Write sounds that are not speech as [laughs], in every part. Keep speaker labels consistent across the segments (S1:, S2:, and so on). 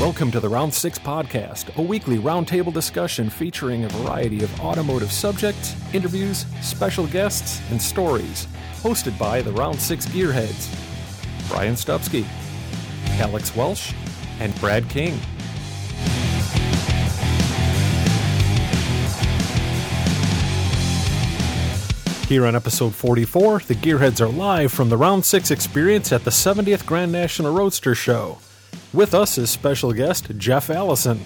S1: Welcome to the Round 6 Podcast, a weekly roundtable discussion featuring a variety of automotive subjects, interviews, special guests, and stories, hosted by the Round 6 Gearheads Brian Stupsky, Alex Welsh, and Brad King. Here on episode 44, the Gearheads are live from the Round 6 experience at the 70th Grand National Roadster Show. With us is special guest Jeff Allison.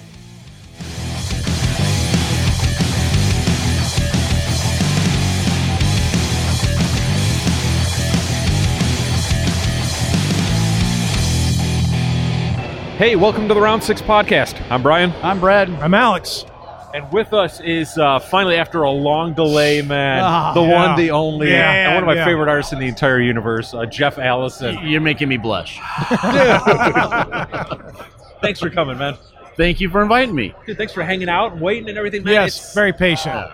S1: Hey, welcome to the Round 6 Podcast. I'm Brian.
S2: I'm Brad.
S3: I'm Alex.
S1: And with us is uh, finally, after a long delay, man,
S2: Ah,
S1: the
S3: yeah.
S1: one, the only,
S3: Yeah,
S1: and one of my
S3: yeah.
S1: favorite artists in the entire universe, uh, Jeff Allison.
S2: You're making me blush.
S1: thanks for coming, man.
S2: Thank you for inviting me.
S1: Dude, thanks for hanging out and waiting and everything, man.
S3: Yes,
S1: It's-
S3: very patient.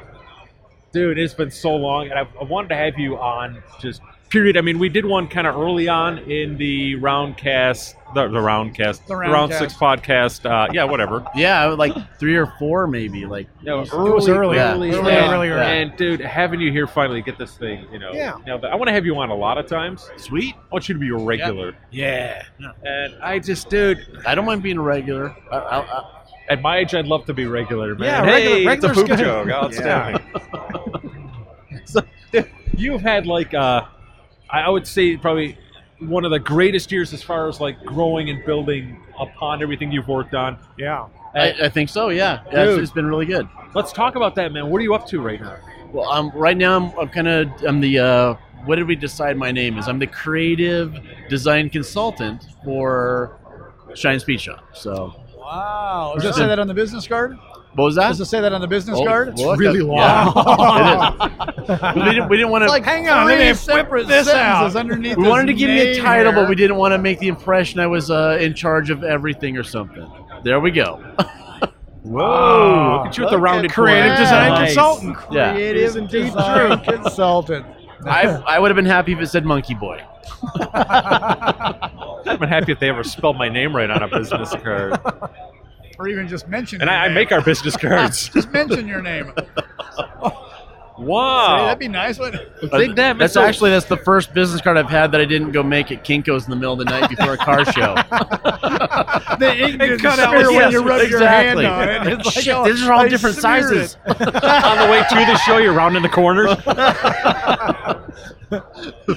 S1: dude, it's been so long, and I, I wanted to have you on just period. I mean, we did one kind of early on in the roundcast, the, the roundcast, the
S3: round
S1: round
S3: cast.
S1: six podcast. Uh, yeah, whatever.
S2: Yeah, like three or four, maybe. Like,
S1: Yeah, it
S3: was early.
S2: Yeah.
S1: early,
S3: Early,
S1: and,
S3: early, early.
S1: and dude, having you here finally get this thing, you know.
S3: Yeah.
S1: Now, I want to have you on a lot of times.
S2: sweet.
S1: I want you to be a regular.
S2: Yeah.
S1: And I just, dude,
S2: I don't mind being a regular. I, I, I,
S1: at my age, I'd love to be regular, man.
S3: Yeah,
S1: hey,
S3: regular-
S1: it's a
S3: regular's
S1: poop
S3: good.
S1: joke. Outstanding. [laughs] so, dude, you've had like, uh, I I would say probably one of the greatest years as far as like growing and building upon everything you've worked on.
S3: Yeah.
S1: Uh,
S2: I, I think so. Yeah. yeah it's,
S1: Dude.
S2: it's been really good.
S1: let's talk about that, man. What are you up to right now?
S2: Well, um, right now I'm, I'm kind of I'm the uh, what did we decide my name is? I'm the creative design consultant for Shine Speed Shop. So
S3: Wow.
S2: Does it say that
S3: on the business card?
S2: what was that?
S3: say that on the business
S2: Oh, look,
S3: really
S2: uh,
S3: long.
S2: yeah. [laughs] It is. we didn't, we didn't want to
S3: hang on, let me separate this out. Underneath
S2: We wanted to give you a title, but we didn't want to make the impression I was uh, in charge of everything or something. There we go.
S1: Whoa!
S3: Ah,
S1: look at you at the
S2: look
S1: rounded
S2: at creative
S1: corner.
S2: design
S1: Nice.
S3: consultant.
S2: Yeah.
S3: Creative design
S4: [laughs]
S3: consultant.
S2: [laughs] I, I would have been happy if it said Monkey Boy.
S1: I'd have been happy if they ever spelled my name right on a business card.
S4: or even just mention
S1: And
S4: your
S1: I, I
S4: name.
S1: make our [laughs] business cards.
S4: just mention your
S2: [laughs]
S4: name. Hey,
S1: Wow!
S4: that'd be nice. [laughs] wouldn't it?
S1: Take that,
S2: That's
S1: Mr.
S2: actually that's the first business card I've had that I didn't go make at Kinko's in the middle of the night before
S4: [laughs]
S2: a car show.
S4: The ink didn't
S1: cut out-
S4: smear
S3: [laughs]
S4: when
S2: Yes,
S4: you rub
S2: exactly.
S4: your hand on
S2: [laughs]
S4: it. It's like, oh,
S2: Shit, these are all
S4: I
S2: different
S4: smeared [laughs]
S2: sizes.
S1: on the way to the show, you're rounding the corners.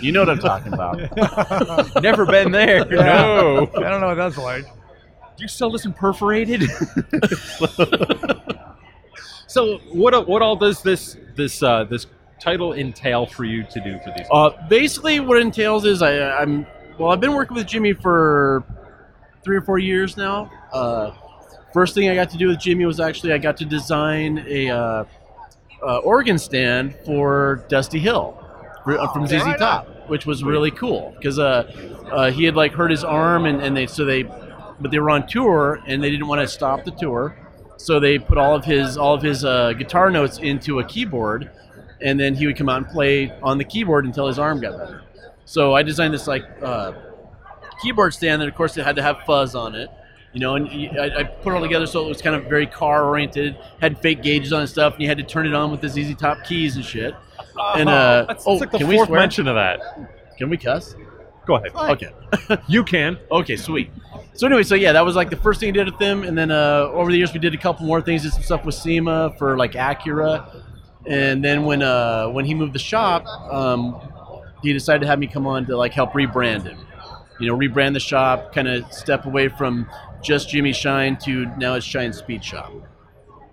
S2: You know what I'm talking about.
S1: Never been there. No.
S4: I don't know what that's like.
S1: Do you sell this in perforated? so what what all does this this uh, this title entail for you to do for these?
S2: Uh, basically, what it entails is I, I'm well. I've been working with Jimmy for three or four years now. Uh, first thing I got to do with Jimmy was actually I got to design a uh, uh, organ stand for Dusty Hill for- uh, from ZZ
S4: Right
S2: Top, which was really cool because uh, uh, he had like hurt his arm and, and they so they but they were on tour and they didn't want to stop the tour. So they put all of his all of his uh, guitar notes into a keyboard, and then he would come out and play on the keyboard until his arm got better. So I designed this like uh, keyboard stand, and of course it had to have fuzz on it, you know. And you- I, I put it all together so it was kind of very car oriented, had fake gauges on and stuff, and you had to turn it on with the ZZ Top keys and shit. And uh,
S1: Uh-huh. that's,
S2: oh,
S1: that's like the
S2: can we
S1: fourth
S2: swear?
S1: mention of that.
S2: Can we cuss?
S1: Go ahead.
S2: Okay.
S1: You can.
S2: Okay, sweet. So anyway, so yeah, that was like the first thing I did with them, and then uh, over the years we did a couple more things, did some stuff with SEMA for like Acura, and then when uh, when he moved the shop, um, he decided to have me come on to like help rebrand him, you know, rebrand the shop, kind of step away from just Jimmy Shine to now it's Shine Speed Shop.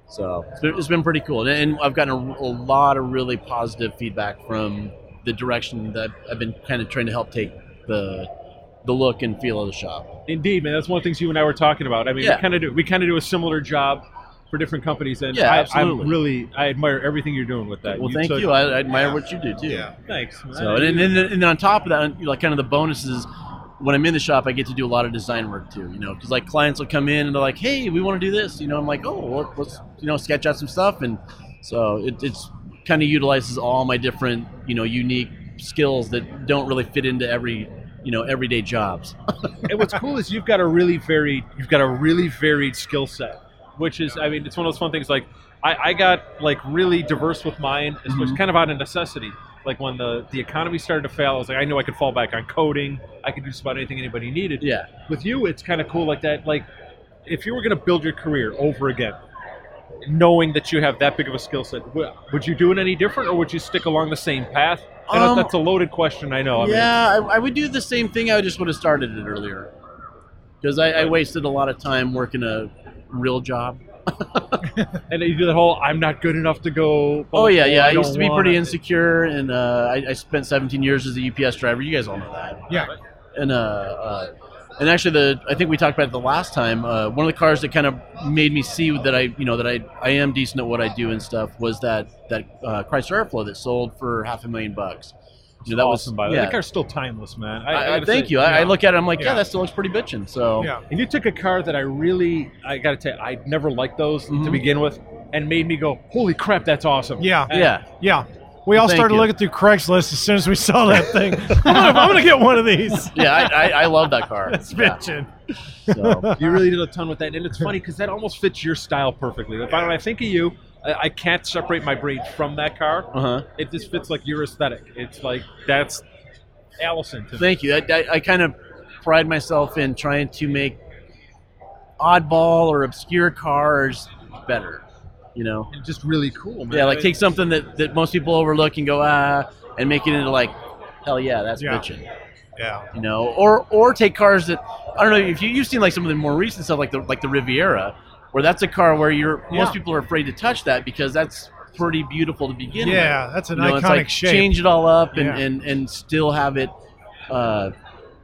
S2: So it's been- it's been pretty cool, and and I've gotten a, a lot of really positive feedback from the direction that I've been kind of trying to help take the the look and feel of the shop.
S1: Indeed, man. That's one of the things you and I were talking about. I mean,
S2: Yeah.
S1: we kind of do we kind of do a similar job for different companies, and
S2: Yeah,
S1: I,
S2: absolutely.
S1: I'm really I admire everything you're doing with that.
S2: Well, thank
S1: took-
S2: you. I, I admire what you do too.
S1: Thanks. man.
S2: So, and, and, and then on top of that, like kind of the bonuses, when I'm in the shop, I get to do a lot of design work too. You know, because like clients will come in and they're like, "Hey, we want to do this." You know, I'm like, "Oh, well, let's you know sketch out some stuff," and so it, it's kind of utilizes all my different you know unique skills that don't really fit into every you know everyday jobs.
S5: and what's cool is you've got a really varied you've got a really varied skill set which is i mean it's one of those fun things like i, I got like really diverse with mine it was
S2: Mhm.
S5: kind of out of necessity like when the, the economy started to fail i was like i knew i could fall back on coding i could do just about anything anybody needed
S2: Yeah,
S5: with you it's kind of cool like that like if you were going to build your career over again knowing that you have that big of a skill set w- would you do it any different or would you stick along the same path I know
S2: Um,
S5: that's a loaded question i know I mean,
S2: yeah, I, I would do the same thing. I just would have started it earlier because I, I wasted a lot of time working a real job.
S5: And you do the whole "I'm not good enough to go."
S2: Oh yeah, yeah. I,
S5: don't
S2: used to be
S5: wanna."
S2: pretty insecure, and uh, I, I spent 17 years as a UPS driver. You guys all know that.
S4: Yeah.
S2: And uh, uh, and actually, the I think we talked about it the last time. Uh, one of the cars that kind of made me see that I, you know, that I I am decent at what I do and stuff was that that uh, Chrysler Airflow that sold for half a million bucks. You know, that was
S5: awesome. By the way,
S2: yeah.
S5: that car's still timeless, man.
S2: I, I,
S5: gotta
S2: thank
S5: say-
S2: you. I, I look at it. I'm like, yeah,
S4: Yeah.
S2: that still looks pretty bitchin'. So
S4: Yeah.
S5: And you took a car that I really, I gotta tell you, I never liked those to
S2: Mhm.
S5: begin with, and made me go, "Holy crap, that's awesome!"
S4: Yeah.
S2: yeah,
S4: Yeah. We all
S2: Thank
S4: started
S2: you.
S4: looking through Craigslist as soon as we saw that thing. I'm gonna- I'm going to get one of these.
S2: yeah. I, I, I love that
S4: [laughs]
S2: car.
S4: That's
S2: [laughs] Yeah.
S4: bitching.
S2: So.
S4: [laughs]
S5: you really did a ton with that, and it's funny because that almost fits your style perfectly. If I, when I think of you, I, I can't separate my brain from that car.
S2: Uh huh.
S5: It just fits like your aesthetic. It's like that's Allison to me.
S2: Thank you. I, I, I kind of pride myself in trying to make oddball or obscure cars better. You know,
S5: It's just really cool, man.
S2: yeah, like
S5: It-
S2: take something that, that most people overlook and go ah, and make it into like, hell yeah, that's
S4: Yeah.
S2: bitchin'.
S4: Yeah.
S2: You know, or or take cars that I don't know if you, you've seen like some of the more recent stuff like the like the Riviera, where that's a car where you're most people are afraid to touch that because that's pretty beautiful to begin with
S4: Yeah. That's an
S2: you know,
S4: iconic
S2: it's like
S4: shape.
S2: change it all up and,
S4: Yeah.
S2: and, and still have it, uh,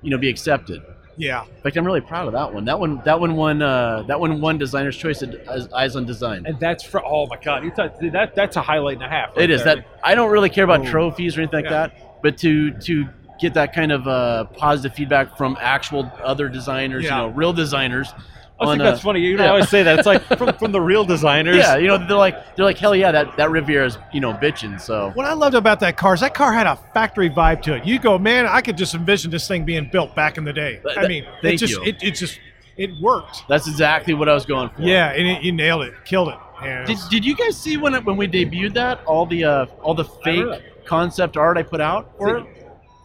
S2: you know, be accepted.
S4: Yeah.
S2: In fact, I'm really proud of that one. That one, that one won, uh, that one won Designer's Choice at as Eyes on Design.
S5: And that's for oh my god, you thought that that's a highlight and a half.
S2: it is
S5: there.
S2: that I don't really care about
S4: Ooh.
S2: trophies or anything like
S4: Yeah.
S2: that, but to to get that kind of uh, positive feedback from actual other designers,
S4: Yeah.
S2: you know, real designers.
S5: I think
S2: on,
S5: that's
S2: uh,
S5: funny. You
S2: yeah.
S5: don't always say that. It's like from, from the real designers.
S2: yeah, you know, they're like they're like hell yeah, that that Riviera's you know bitching. So
S4: What I loved about that car is that car had a factory vibe to it. You go, man, I could just envision this thing being built back in the day.
S2: But
S4: I
S2: that-
S4: mean, it
S2: thank
S4: just
S2: you.
S4: it, it just it worked.
S2: that's exactly what I was going for.
S4: Yeah, and it, you nailed it, killed it. And
S2: Did, did you guys see when it, when we debuted that all the uh, all the fake
S5: really-
S2: concept art I put out? for it?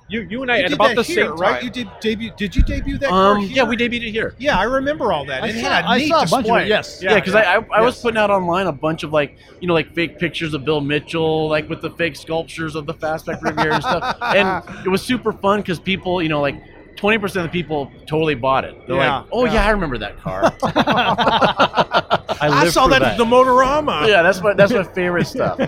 S5: You you and I
S6: You
S5: at
S6: did
S5: about
S6: that
S5: the
S6: here,
S5: same
S6: right?
S5: time.
S6: You did debut. Did you debut that car
S2: um,
S6: here?
S2: yeah, we debuted it here.
S4: yeah, I remember all that.
S6: I
S4: it
S6: saw-
S4: had a
S6: I
S4: neat
S6: saw a bunch
S4: display.
S6: of it, yes.
S2: Yeah, because I, I, I was
S4: Yes.
S2: putting out online a bunch of like you know like fake pictures of Bill Mitchell like with the fake sculptures of the Fastback Riviera
S4: [laughs]
S2: and stuff, and it was super fun because people you know like twenty percent of the people totally bought it. They're
S4: Yeah,
S2: like, oh
S4: yeah.
S2: yeah, I remember
S4: [laughs]
S2: that car. [laughs]
S4: I,
S5: lived
S4: saw
S5: through
S4: that, at the Motorama.
S2: yeah, that's my that's my favorite stuff.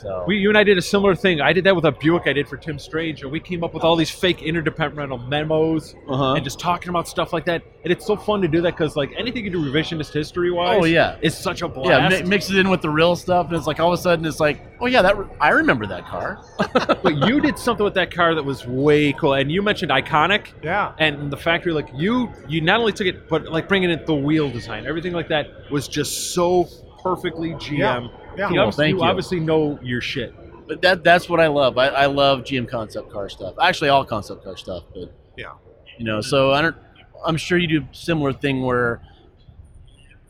S2: So
S5: We, you and I did a similar thing. I did that with a Buick I did for Tim Strange, and we came up with all these fake interdepartmental memos
S2: uh-huh.
S5: and just talking about stuff like that. And it's so fun to do that because like anything you do revisionist history wise,
S2: Oh, yeah.
S5: is such a blast.
S2: yeah, mi-
S5: [laughs]
S2: mix it in with the real stuff, and it's like all of a sudden it's like, oh yeah, that re- I remember that car.
S5: but you did something with that car that was way cool. And you mentioned iconic.
S4: Yeah.
S5: and the factory like you you not only took it but like bringing it the wheel design everything like that was just so perfectly gm
S4: Yeah.
S5: You,
S2: Well,
S5: obviously,
S2: thank
S5: you
S2: you.
S5: obviously know your shit
S2: But that that's what I love. I, I love GM concept car stuff. Actually, all concept car stuff. But
S4: Yeah.
S2: you know, so I don't. I'm sure you do a similar thing where,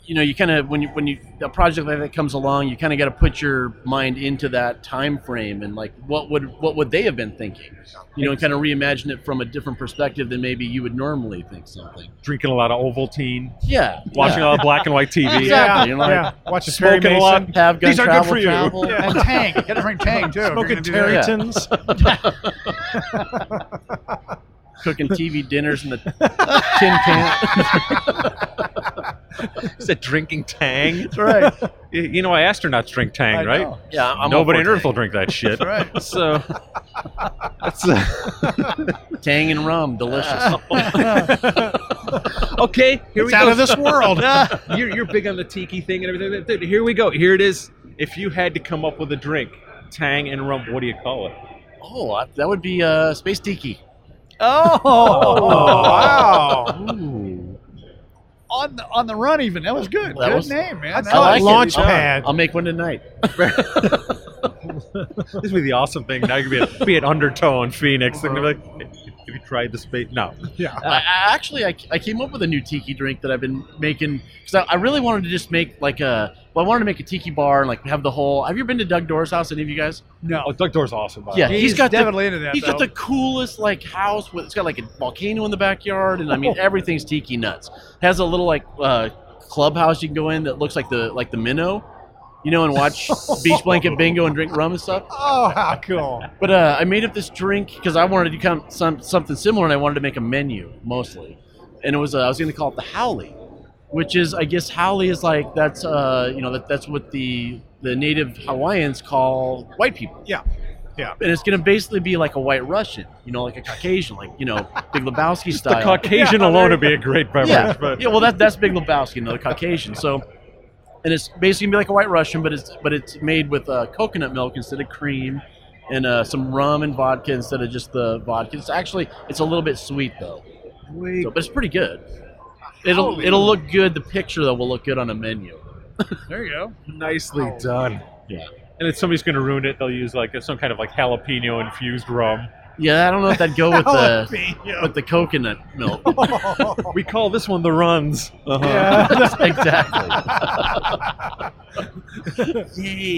S2: you know, you kind of when you when you a project like that comes along, you kind of got to put your mind into that time frame and like what would what would they have been thinking, you know, and kind of reimagine it from a different perspective than maybe you would normally think something.
S5: drinking a lot of ovaltine
S2: Yeah,
S5: watching a lot of black and white [laughs] tv
S2: Exactly. You're like-
S4: yeah. Watch the
S5: Smoking
S4: Perry
S5: a lot.
S4: Mason,
S2: yeah. have gun
S5: These are good
S2: travel
S5: for you.
S2: travel.
S4: Yeah.
S3: And Tang. You got to bring Tang, too. if you're
S4: smoking
S3: gonna do that.
S2: Yeah.
S4: Territons.
S2: cooking TV dinners in the [laughs] tin can.
S5: is it drinking tang
S4: That's right.
S5: [laughs] you you know why astronauts drink tang
S3: I
S5: right
S3: know.
S2: Yeah, I'm all
S5: nobody
S2: for
S5: on earth will drink that shit
S3: That's right.
S5: so that's uh,
S2: Tang. Tang and rum, delicious.
S5: okay here
S4: it's
S5: we
S4: out
S5: go
S4: of this [laughs] world.
S5: you're, you're big on the tiki thing and everything Dude, here we go here it is if you had to come up with a drink tang and rum what do you call it
S2: [laughs] Oh, I- that would be uh, space tiki.
S4: Oh, wow.
S2: Ooh,
S3: On the, on the run, even. That was good.
S2: That
S3: good
S2: was-
S3: name, man.
S4: I like
S3: was-
S4: launch
S2: it.
S4: pad.
S2: I'll make one tonight.
S5: This would be the awesome thing. Now you could be, a, be an undertone Phoenix. And be like, Have you tried the space? No.
S2: I, I- actually, I, I came up with a new tiki drink that I've been making because I, I really wanted to just make like a. Well, I wanted to make a tiki bar and like have the whole. Have you been to Doug Dora's house? Any of you guys?
S3: No.
S5: Oh, Doug Door's awesome. By the
S2: Yeah,
S5: way.
S2: Uh, he's got the-
S3: definitely into that.
S2: He's got
S3: though.
S2: the coolest like house with it's got like a volcano in the backyard, and I mean everything's tiki nuts. Has a little like uh, clubhouse you can go in that looks like the like the minnow, you know, and watch beach blanket bingo and drink rum and stuff.
S4: Oh, how cool!
S2: But uh, I made up this drink because I wanted to come some something similar, and I wanted to make a menu mostly, and it was uh, I was going to call it the Howley, which is I guess Howley is like that's uh, you know that, that's what the the native Hawaiians call white people.
S4: Yeah. Yeah.
S2: And it's going to basically be like a white Russian, you know, like a Caucasian, like you know, Big
S5: [laughs]
S2: Lebowski
S5: the
S2: style.
S5: Caucasian alone would be a great beverage,
S2: yeah,
S5: but
S2: yeah. Well, that that's Big Lebowski, you know, the Caucasian. So, and it's basically gonna be like a white Russian, but it's but it's made with uh, coconut milk instead of cream, and uh, some rum and vodka instead of just the vodka. It's actually it's a little bit sweet though,
S3: Wait,
S2: so, but it's pretty good. It'll it'll look good. The picture though will look good on a menu.
S3: there you go.
S5: nicely
S1: Oh,
S5: done.
S2: Yeah.
S5: And if somebody's going to ruin it, they'll use like some kind of like jalapeno infused rum.
S2: Yeah, I don't know if that'd
S5: [laughs]
S2: go with the with the coconut milk. [laughs]
S5: We call this one the runs. Uh-huh.
S2: exactly.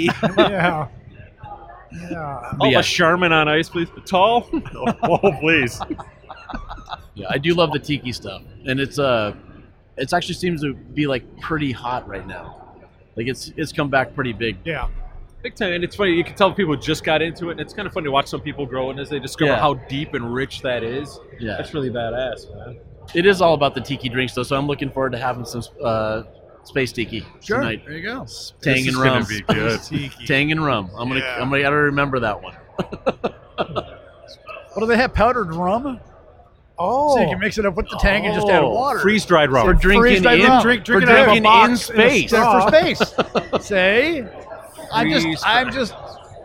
S4: [laughs] yeah. Yeah.
S5: Oh,
S2: Yeah.
S5: a Charmin on ice, please. Tall? [laughs] oh, please.
S2: Yeah, I do love the tiki stuff, and it's uh, it's actually seems to be like pretty hot right now. Like it's it's come back pretty big.
S4: Yeah.
S5: Big time. And it's funny, you can tell people just got into it, and it's kind of fun to watch some people grow, and as they discover
S2: Yeah.
S5: how deep and rich that is,
S2: Yeah,
S5: that's really badass, man.
S2: it is all about the tiki drinks though, so I'm looking forward to having some uh, space tiki
S3: Sure.
S2: tonight.
S3: There you go.
S2: Tang and rum,
S5: good.
S2: [laughs]
S5: [laughs]
S2: tang and rum. I'm gonna
S4: Yeah.
S2: I'm gonna gotta remember that one.
S3: Well, do Oh, they have powdered rum?
S4: Oh.
S3: So you can mix it up with the tang and just add
S2: Oh,
S3: water.
S5: Freeze dried rum.
S2: We're drinking
S3: freeze-dried
S2: in
S3: rum.
S2: drink,
S4: Drink-
S2: we're
S4: drinking out of a box
S2: drinking
S4: in
S2: in
S4: a
S2: space.
S4: straw.
S3: Except for space. Say, I'm just,
S5: Freeze-dried.
S3: I'm just.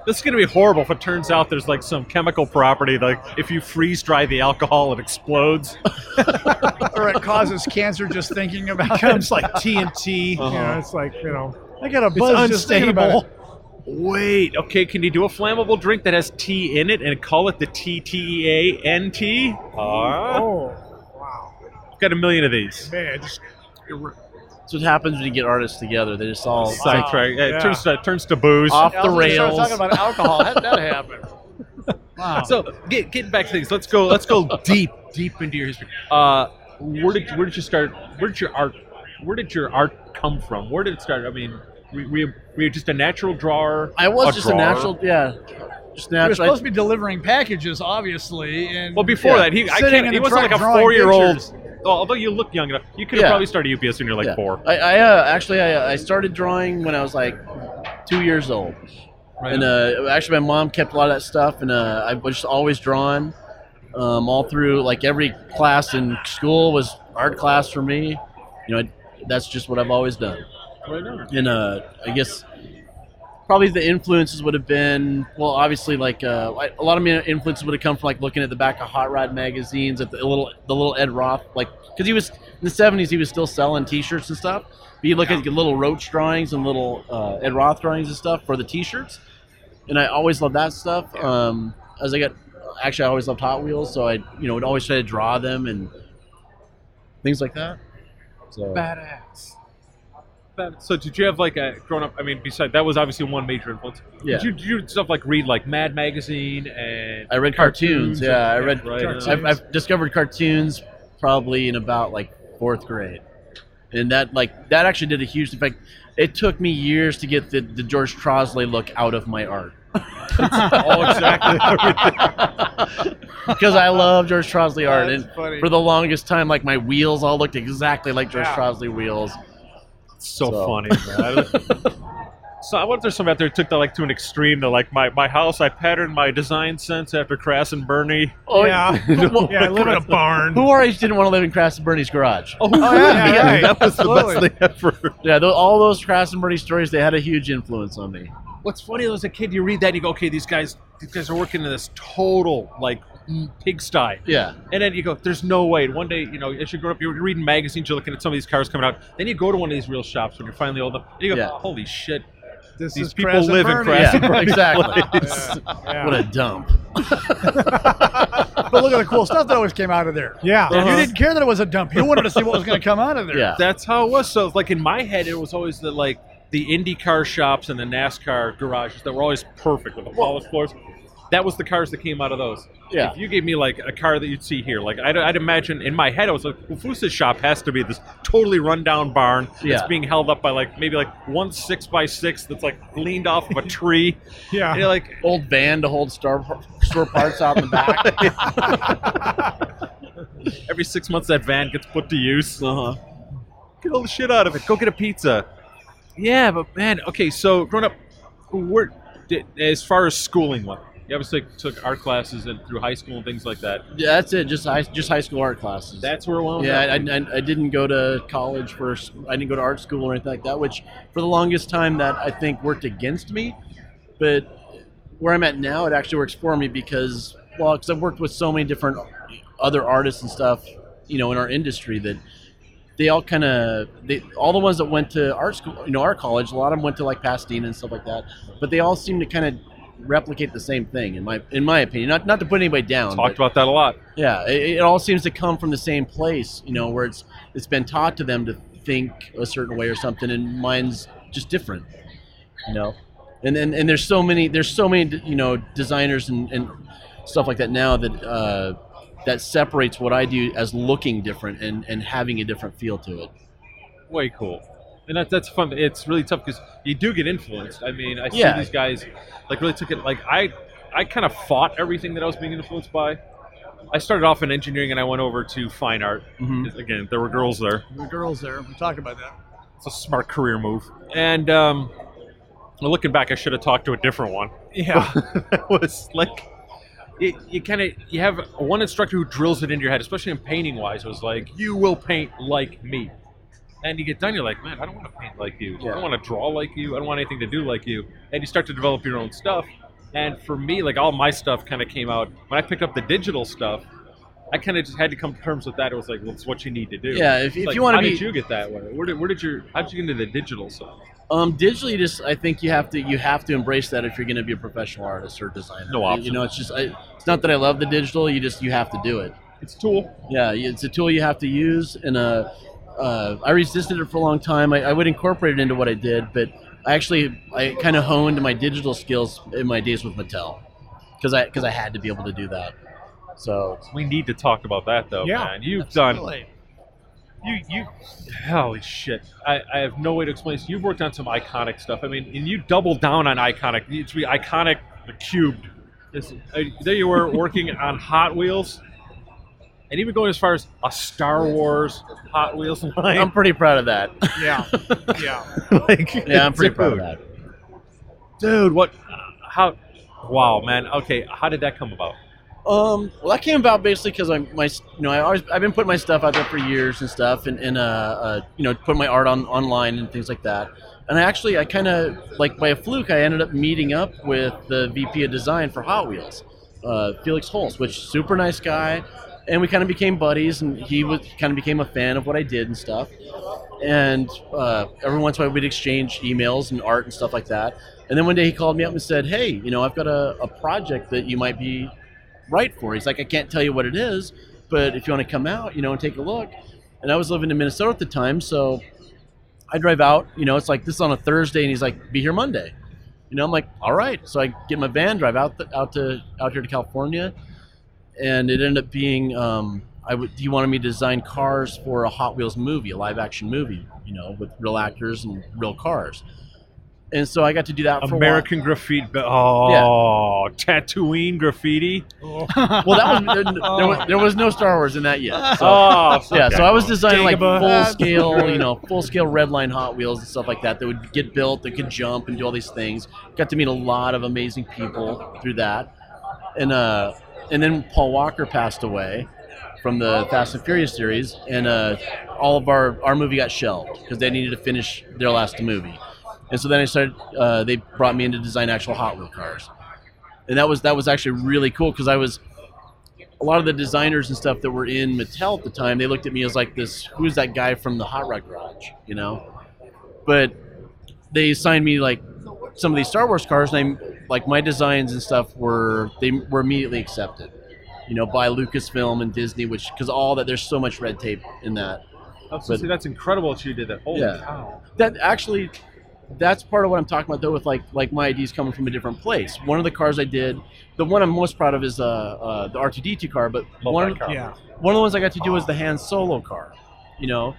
S5: This is going to be horrible if it turns out there's like some chemical property. Like if you freeze dry the alcohol, it explodes.
S3: Or it causes cancer just thinking about
S4: Becomes
S3: it.
S4: like TNT. You know,
S5: Uh-huh.
S4: it's like you know.
S3: I got a
S4: It's
S3: buzz just thinking about
S4: unstable.
S3: it.
S5: Wait, okay, can you do a flammable drink that has tea in it and call it the E T-T-E-A-N-T? Ah.
S4: Oh. Wow.
S5: Got a million of these.
S4: Man. Just,
S2: That's what happens when you get artists together. They just all
S5: Sidetrack. Yeah,
S4: yeah.
S5: It turns to, it turns to booze.
S2: off
S3: Yeah, I
S2: the
S3: was gonna start
S2: rails.
S3: Talking about alcohol, how did that happen? Wow.
S5: So get, getting back to things, let's go.
S2: [laughs]
S5: Let's go deep, deep into your history. Uh, where did where did you start? Where did your art? Where did your art come from? Where did it start? I mean, we we were you just a natural drawer?
S2: I was just
S5: drawer?
S2: a natural, yeah, just
S3: You're
S2: natural.
S3: supposed to be delivering packages, obviously, and
S5: Well, before
S2: Yeah.
S5: that, he I
S3: Sitting
S5: can't.
S3: in
S5: He
S3: the
S5: wasn't
S3: truck
S5: like a
S3: drawing
S5: four year old.
S3: pictures.
S5: Although you look young enough, you could have
S2: Yeah.
S5: probably started UPS when you're like
S2: Yeah.
S5: four.
S2: I, I uh, actually I, I started drawing when I was like two years old, and uh, actually my mom kept a lot of that stuff, and uh, I was just always drawn. Um, all through like every class in school was art class for me. You know, I, that's just what I've always done. And uh, I guess probably the influences would have been well, obviously like uh, I- a lot of my influences would have come from like looking at the back of Hot Rod magazines, at the little the little Ed Roth, like because he was in the '70s, he was still selling T-shirts and stuff. But you look at the little Roach drawings and little uh, Ed Roth drawings and stuff for the T-shirts, and I always loved that stuff. Um, as I got actually, I always loved Hot Wheels, so I you know would always try to draw them and things like that. So
S3: badass.
S5: That- So did you have like a grown up? I mean, besides that was obviously one major influence.
S2: yeah.
S5: Did you, did you stuff like read like Mad Magazine and
S2: I read cartoons.
S5: Cartoons,
S2: Yeah, I read.
S5: right,
S2: cartoons.
S5: yeah.
S2: I've, I've discovered cartoons probably in about like fourth grade, and that like that actually did a huge effect. It took me years to get the, the George Trosley look out of
S4: [laughs]
S2: my art
S5: oh
S2: [laughs]
S5: exactly
S2: because I love George Trosley art, and
S3: funny.
S2: for the longest time, like my wheels all looked exactly like George
S4: Yeah.
S2: Trosley wheels.
S5: so,
S2: So.
S5: funny, man. so I wonder if there's somebody out there who took that like to an extreme. They're like, my, my house, I patterned my design sense after Crass and Bernie. [laughs]
S2: Oh
S4: yeah.
S2: [laughs] well,
S4: yeah. I live in a barn.
S3: [laughs]
S2: Who our age didn't want to live in Crass and Bernie's garage?
S5: Oh,
S4: Oh, yeah, yeah, right.
S5: [laughs] that was the best
S4: Absolutely.
S5: thing ever.
S2: Yeah, tho- all those Crass and Bernie stories, they had a huge influence on me.
S5: What's funny though, as a kid, you read that and you go, okay, these guys, these guys are working in this total like pigsty.
S2: Yeah.
S5: And then you go, there's no way. And one day, you know, as you grow up, you're reading magazines, you're looking at some of these cars coming out. Then you go to one of these real shops when you're finally old enough, and you go,
S2: Yeah.
S5: holy shit,
S4: This
S5: these
S4: is
S5: people
S4: Crescent
S5: live in
S4: Bernie.
S5: Crescent
S2: Yeah, exactly.
S4: Yeah.
S2: What a dump.
S3: but look at the cool stuff that always came out of there.
S4: Yeah.
S3: You didn't care that it was a dump. You wanted to see what was going to come out of there.
S2: Uh-huh. Yeah.
S5: That's how it was. So, like in my head, it was always the like the IndyCar shops and the NASCAR garages that were always perfect with the polished floors. That was the cars that came out of those.
S2: Yeah.
S5: If you gave me like a car that you'd see here, like I'd, I'd imagine in my head, I was like, well, Fusa's shop has to be this totally rundown barn
S2: Yeah.
S5: that's being held up by like maybe like one six by six that's like leaned off of a tree.
S2: [laughs]
S5: and
S4: Yeah.
S5: you're like,
S2: Old van to hold star store parts out in the back.
S5: every six months that van gets put to use.
S2: Uh-huh.
S5: Get all the shit out of it. Go get a pizza. Yeah, but man, okay. So growing up, where did, as far as schooling went, you obviously took art classes and through high school and things like that.
S2: Yeah, that's it. Just high, just high school art classes.
S5: That's where it went.
S2: yeah, I, I, I didn't go to college for s- I didn't go to art school or anything like that, which for the longest time that I think worked against me. But where I'm at now, it actually works for me because well, because I've worked with so many different other artists and stuff, you know, in our industry that they all kind of they all the ones that went to art school, you know, art college. A lot of them went to like Pasadena and stuff like that, but they all seem to kind of replicate the same thing in my in my opinion. Not not to put anybody down. but-
S5: talked about that a lot.
S2: yeah, it, it all seems to come from the same place, you know, where it's it's been taught to them to think a certain way or something, and mine's just different, you know. And and, and there's so many there's so many you know designers and, and stuff like that now that uh, that separates what I do as looking different and and having a different feel to it.
S5: Way cool. And that, that's fun. It's really tough because you do get influenced. I mean, I see
S2: Yeah.
S5: these guys like really took it. Like I, I kind of fought everything that I was being influenced by. I started off in engineering and I went over to fine art.
S2: Mhm.
S5: Again, there were girls there.
S3: The girls there. We talked about that.
S5: It's a smart career move. And um, well, looking back, I should have talked to a different one.
S2: [laughs]
S4: Yeah.
S5: that was like it, you kind of you have one instructor who drills it into your head, especially in painting wise. It was like you will paint like me, and you get done, you're like, man, I don't want to paint like you. I
S2: Yeah.
S5: don't want to draw like you. I don't want anything to do like you. And you start to develop your own stuff. And for me, like all my stuff kind of came out when I picked up the digital stuff. I kind of just had to come to terms with that. It was like, well, it's what you need to do.
S2: Yeah, if-
S5: It's
S2: if
S5: like,
S2: you wanna
S5: how
S2: be-
S5: did you get that way? Where did, where did your how did you get into the digital stuff?
S2: Um, digitally, just I think you have to you have to embrace that if you're going to be a professional artist or designer.
S5: No
S2: You- You
S5: option.
S2: know, it's just I, it's not that I love the digital. You just you have to do it.
S5: It's a tool.
S2: Yeah, it's a tool you have to use, and uh, uh, I resisted it for a long time. I, I would incorporate it into what I did, but I actually I kind of honed my digital skills in my days with Mattel because I because I had to be able to do that. So
S5: We need to talk about that though,
S4: Yeah,
S5: man. You've done
S3: Absolutely.
S5: you you holy shit. I, I have no way to explain this. You've worked on some iconic stuff. I mean, and you doubled down on iconic. It's be iconic the cubed. This, uh, there you were working on Hot Wheels. And even going as far as a Star Wars Hot Wheels [laughs] line.
S2: I'm pretty proud of that.
S4: Yeah. Yeah.
S5: like,
S2: Yeah, I'm pretty
S5: dude,
S2: proud of that.
S5: Dude, what Uh, how wow, man. Okay, how did that come about?
S2: Um, well, that came about basically because I'm my you know I always I've been putting my stuff out there for years and stuff and and uh, uh you know putting my art on online and things like that. And I actually I kind of like by a fluke I ended up meeting up with the VP of design for Hot Wheels, uh, Felix Holst, which super nice guy, and we kind of became buddies and he was kind of became a fan of what I did and stuff. And uh, every once in a while we'd exchange emails and art and stuff like that. And then one day he called me up and said, "Hey, you know I've got a, a project that you might be right for. He's like, I can't tell you what it is, but if you want to come out, you know, and take a look. And I was living in Minnesota at the time, so I drive out, you know, it's like this is on a Thursday, and he's like, be here Monday. You know, I'm like, all right. So I get my van, drive out th- out to out here to California, and it ended up being um, I would he wanted me to design cars for a Hot Wheels movie, a live action movie, you know, with real actors and real cars. And so I got to do that for a while.
S5: American graffiti. Oh, Tatooine graffiti.
S2: Well,
S5: [laughs]
S2: that was there, there was there was no Star Wars in that yet. So.
S5: Oh,
S2: [laughs] Yeah, so I was designing like
S4: Dagobah.
S2: full scale, you know, full scale Redline Hot Wheels and stuff like that that would get built, that could jump and do all these things. Got to meet a lot of amazing people through that, and uh, and then Paul Walker passed away from the Fast and Furious series, and uh, all of our our movie got shelved because they needed to finish their last movie, and so then I started. Uh, they brought me in to design actual Hot Wheel cars, and that was that was actually really cool because I was a lot of the designers and stuff that were in Mattel at the time, they looked at me as like this, who's that guy from the Hot Rod Garage, you know? But they assigned me like some of these Star Wars cars, and I, like my designs and stuff were they were immediately accepted. you know, by Lucasfilm and Disney, which because all that there's so much red tape in that.
S5: Oh, so
S2: But-
S5: see, that's incredible that you did that. Holy
S2: Yeah.
S5: cow!
S2: That actually, that's part of what I'm talking about though. With like like my IDs coming from a different place. One of the cars I did, the one I'm most proud of is uh, uh the R2D2 car, but
S5: Love
S2: one
S5: that
S2: of-
S5: car.
S4: Yeah.
S2: one of the ones I got to do was the Han Solo car, you know.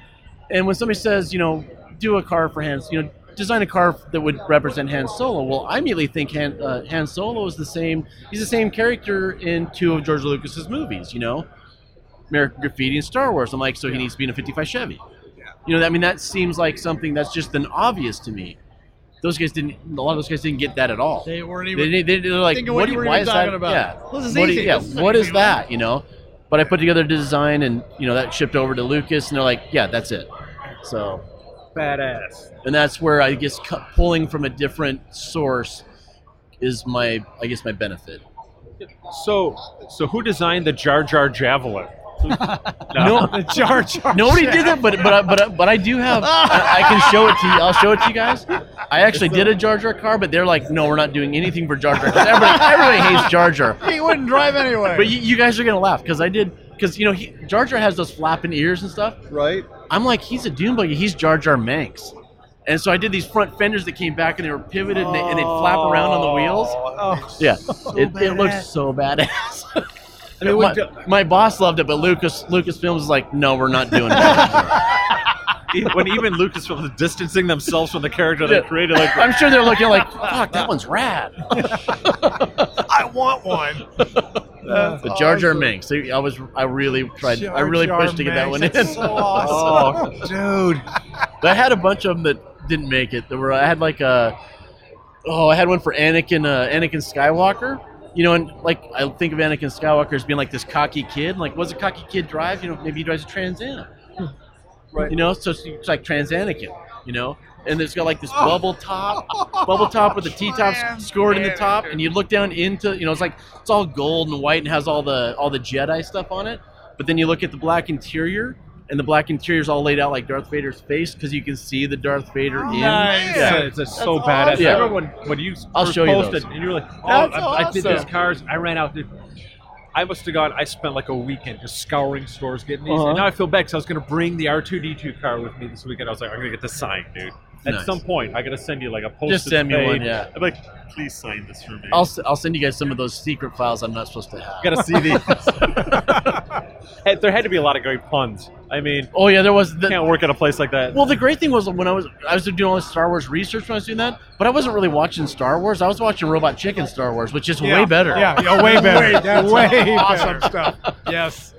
S2: And when somebody says, you know, do a car for Han, you know, design a car that would represent Han Solo, well, I immediately think Han, uh, Han Solo is the same. He's the same character in two of George Lucas's movies, you know, American Graffiti and Star Wars. I'm like, so he needs to be in a '55 Chevy. You know, I mean, that seems like something that's just an obvious to me. Those guys didn't. A lot of those guys didn't get that at all.
S3: They weren't
S2: They,
S3: even.
S2: didn't- they, they're like,
S3: Think of what
S2: what, do
S3: you
S2: you
S3: were
S2: why
S3: even
S2: is
S3: talking
S2: that?
S3: about.
S2: Yeah,
S3: This is
S2: what do you-
S3: easy.
S2: yeah,
S3: This is
S2: what
S3: easy.
S2: is that? You know, but I put together the design, and you know that shipped over to Lucas, and they're like, yeah, that's it. So,
S5: Badass.
S2: and that's where I guess cu- pulling from a different source is my, I guess, my benefit.
S5: So, so who designed the Jar Jar javelin?
S2: No,
S4: The Jar Jar.
S2: Nobody did that, but but I- but I- but I do have. I, I can show it to you. I'll show it to you guys. I actually did a Jar Jar car, but they're like, no, we're not doing anything for Jar Jar. 'cause Everybody, everybody hates Jar Jar.
S3: He wouldn't drive anyway.
S2: But you, you guys are gonna laugh because I did because you know he, Jar Jar has those flapping ears and stuff.
S6: right?
S2: I'm like, he's a Doom buggy. He's Jar Jar Manx. And so I did these front fenders that came back and they were pivoted and, they, and they'd flap around on the wheels.
S4: Oh, [laughs]
S2: Yeah, it, it looked so badass. [laughs]
S5: I mean,
S2: my,
S5: what do-
S2: my boss loved it, but Lucas Lucasfilm was like, no, we're not doing that.
S5: [laughs] when even Lucasfilm was distancing themselves from the character they created, like
S2: I'm sure they're looking like, fuck, that one's rad.
S4: I want
S2: [laughs]
S4: one.
S3: That's
S2: But Jar Jar
S3: awesome.
S2: Manx, I was, I really tried, I
S4: Jar
S2: really
S4: Jar
S2: pushed to get that
S4: Manx,
S2: one in. Oh.
S4: that's
S2: [laughs]
S4: so awesome.
S3: [laughs]
S6: Dude.
S2: But I had a bunch of them that didn't make it. There were I had like a oh I had one for Anakin uh, Anakin Skywalker. You know, and like I think of Anakin Skywalker as being like this cocky kid. Like, what's a cocky kid drive? You know, maybe he drives a Trans Am. Right. You know, so it's, it's like Trans Anakin. You know, and it's got like this bubble top, bubble top with the T top
S3: Trans
S2: scored in the top,
S3: Anakin.
S2: and you look down into you know it's like it's all gold and white and has all the all the Jedi stuff on it. But then you look at the black interior, and the black interior is all laid out like Darth Vader's face because you can see the Darth Vader in.
S5: Nice. Yeah,
S3: Man.
S5: it's just so
S3: That's
S5: badass.
S2: awesome.
S5: I remember when, when you
S2: I'll
S5: first
S2: show you
S5: posted
S2: those.
S5: and you were like, "Oh,
S3: That's
S5: I, I did these
S3: awesome.
S5: cars. I ran out." Dude, I must have gone. I spent like a weekend just scouring stores getting these,
S2: Uh-huh.
S5: and now I feel bad because I was going to bring the R2D2 car with me this weekend. I was like, "I'm going to get this signed, dude." At
S2: Nice.
S5: some point, I got to send you like a post.
S2: Just send me one, yeah.
S5: I'm like, please sign this for me.
S2: I'll, s- I'll send you guys some of those secret files I'm not supposed to have.
S5: got to see these. [laughs] Hey, there had to be a lot of great puns. I mean,
S2: Oh yeah, there was.
S5: you
S2: The,
S5: can't work at a place like that.
S2: well, the great thing was when I was I was doing all this Star Wars research when I was doing that, but I wasn't really watching Star Wars. I was watching Robot Chicken Star Wars, which is way better. [laughs]
S4: Yeah, yeah, way better.
S5: [laughs]
S3: Wait, that's
S4: way
S3: awesome
S4: better.
S3: stuff.
S4: Yes.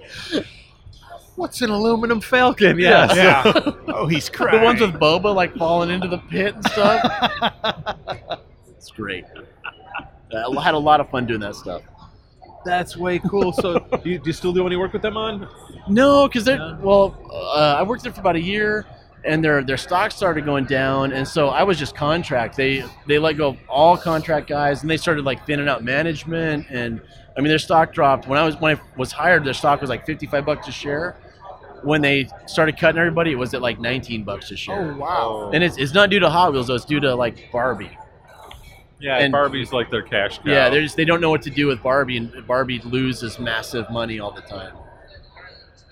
S5: What's an aluminum Falcon? Yeah.
S4: Yeah. Oh, he's
S2: The
S4: crying.
S2: ones with Boba like falling into the pit and stuff. it's great. I had a lot of fun doing that stuff.
S5: That's way cool. So, do you, do you still do any work with them on?
S2: No, because they're
S5: No?
S2: well. Uh, I worked there for about a year, and their their stock started going down, and so I was just contract. They they let go of all contract guys, and they started like thinning out management. And I mean, their stock dropped when I was when I was hired. Their stock was like fifty five bucks a share. When they started cutting everybody, it was at like nineteen bucks a share.
S3: Oh wow.
S2: And it's, it's not due to Hot Wheels though; it's due to like Barbie.
S5: Yeah,
S2: And-
S5: Barbie's like their cash cow.
S2: Yeah, they just they don't know what to do with Barbie, and Barbie loses massive money all the time.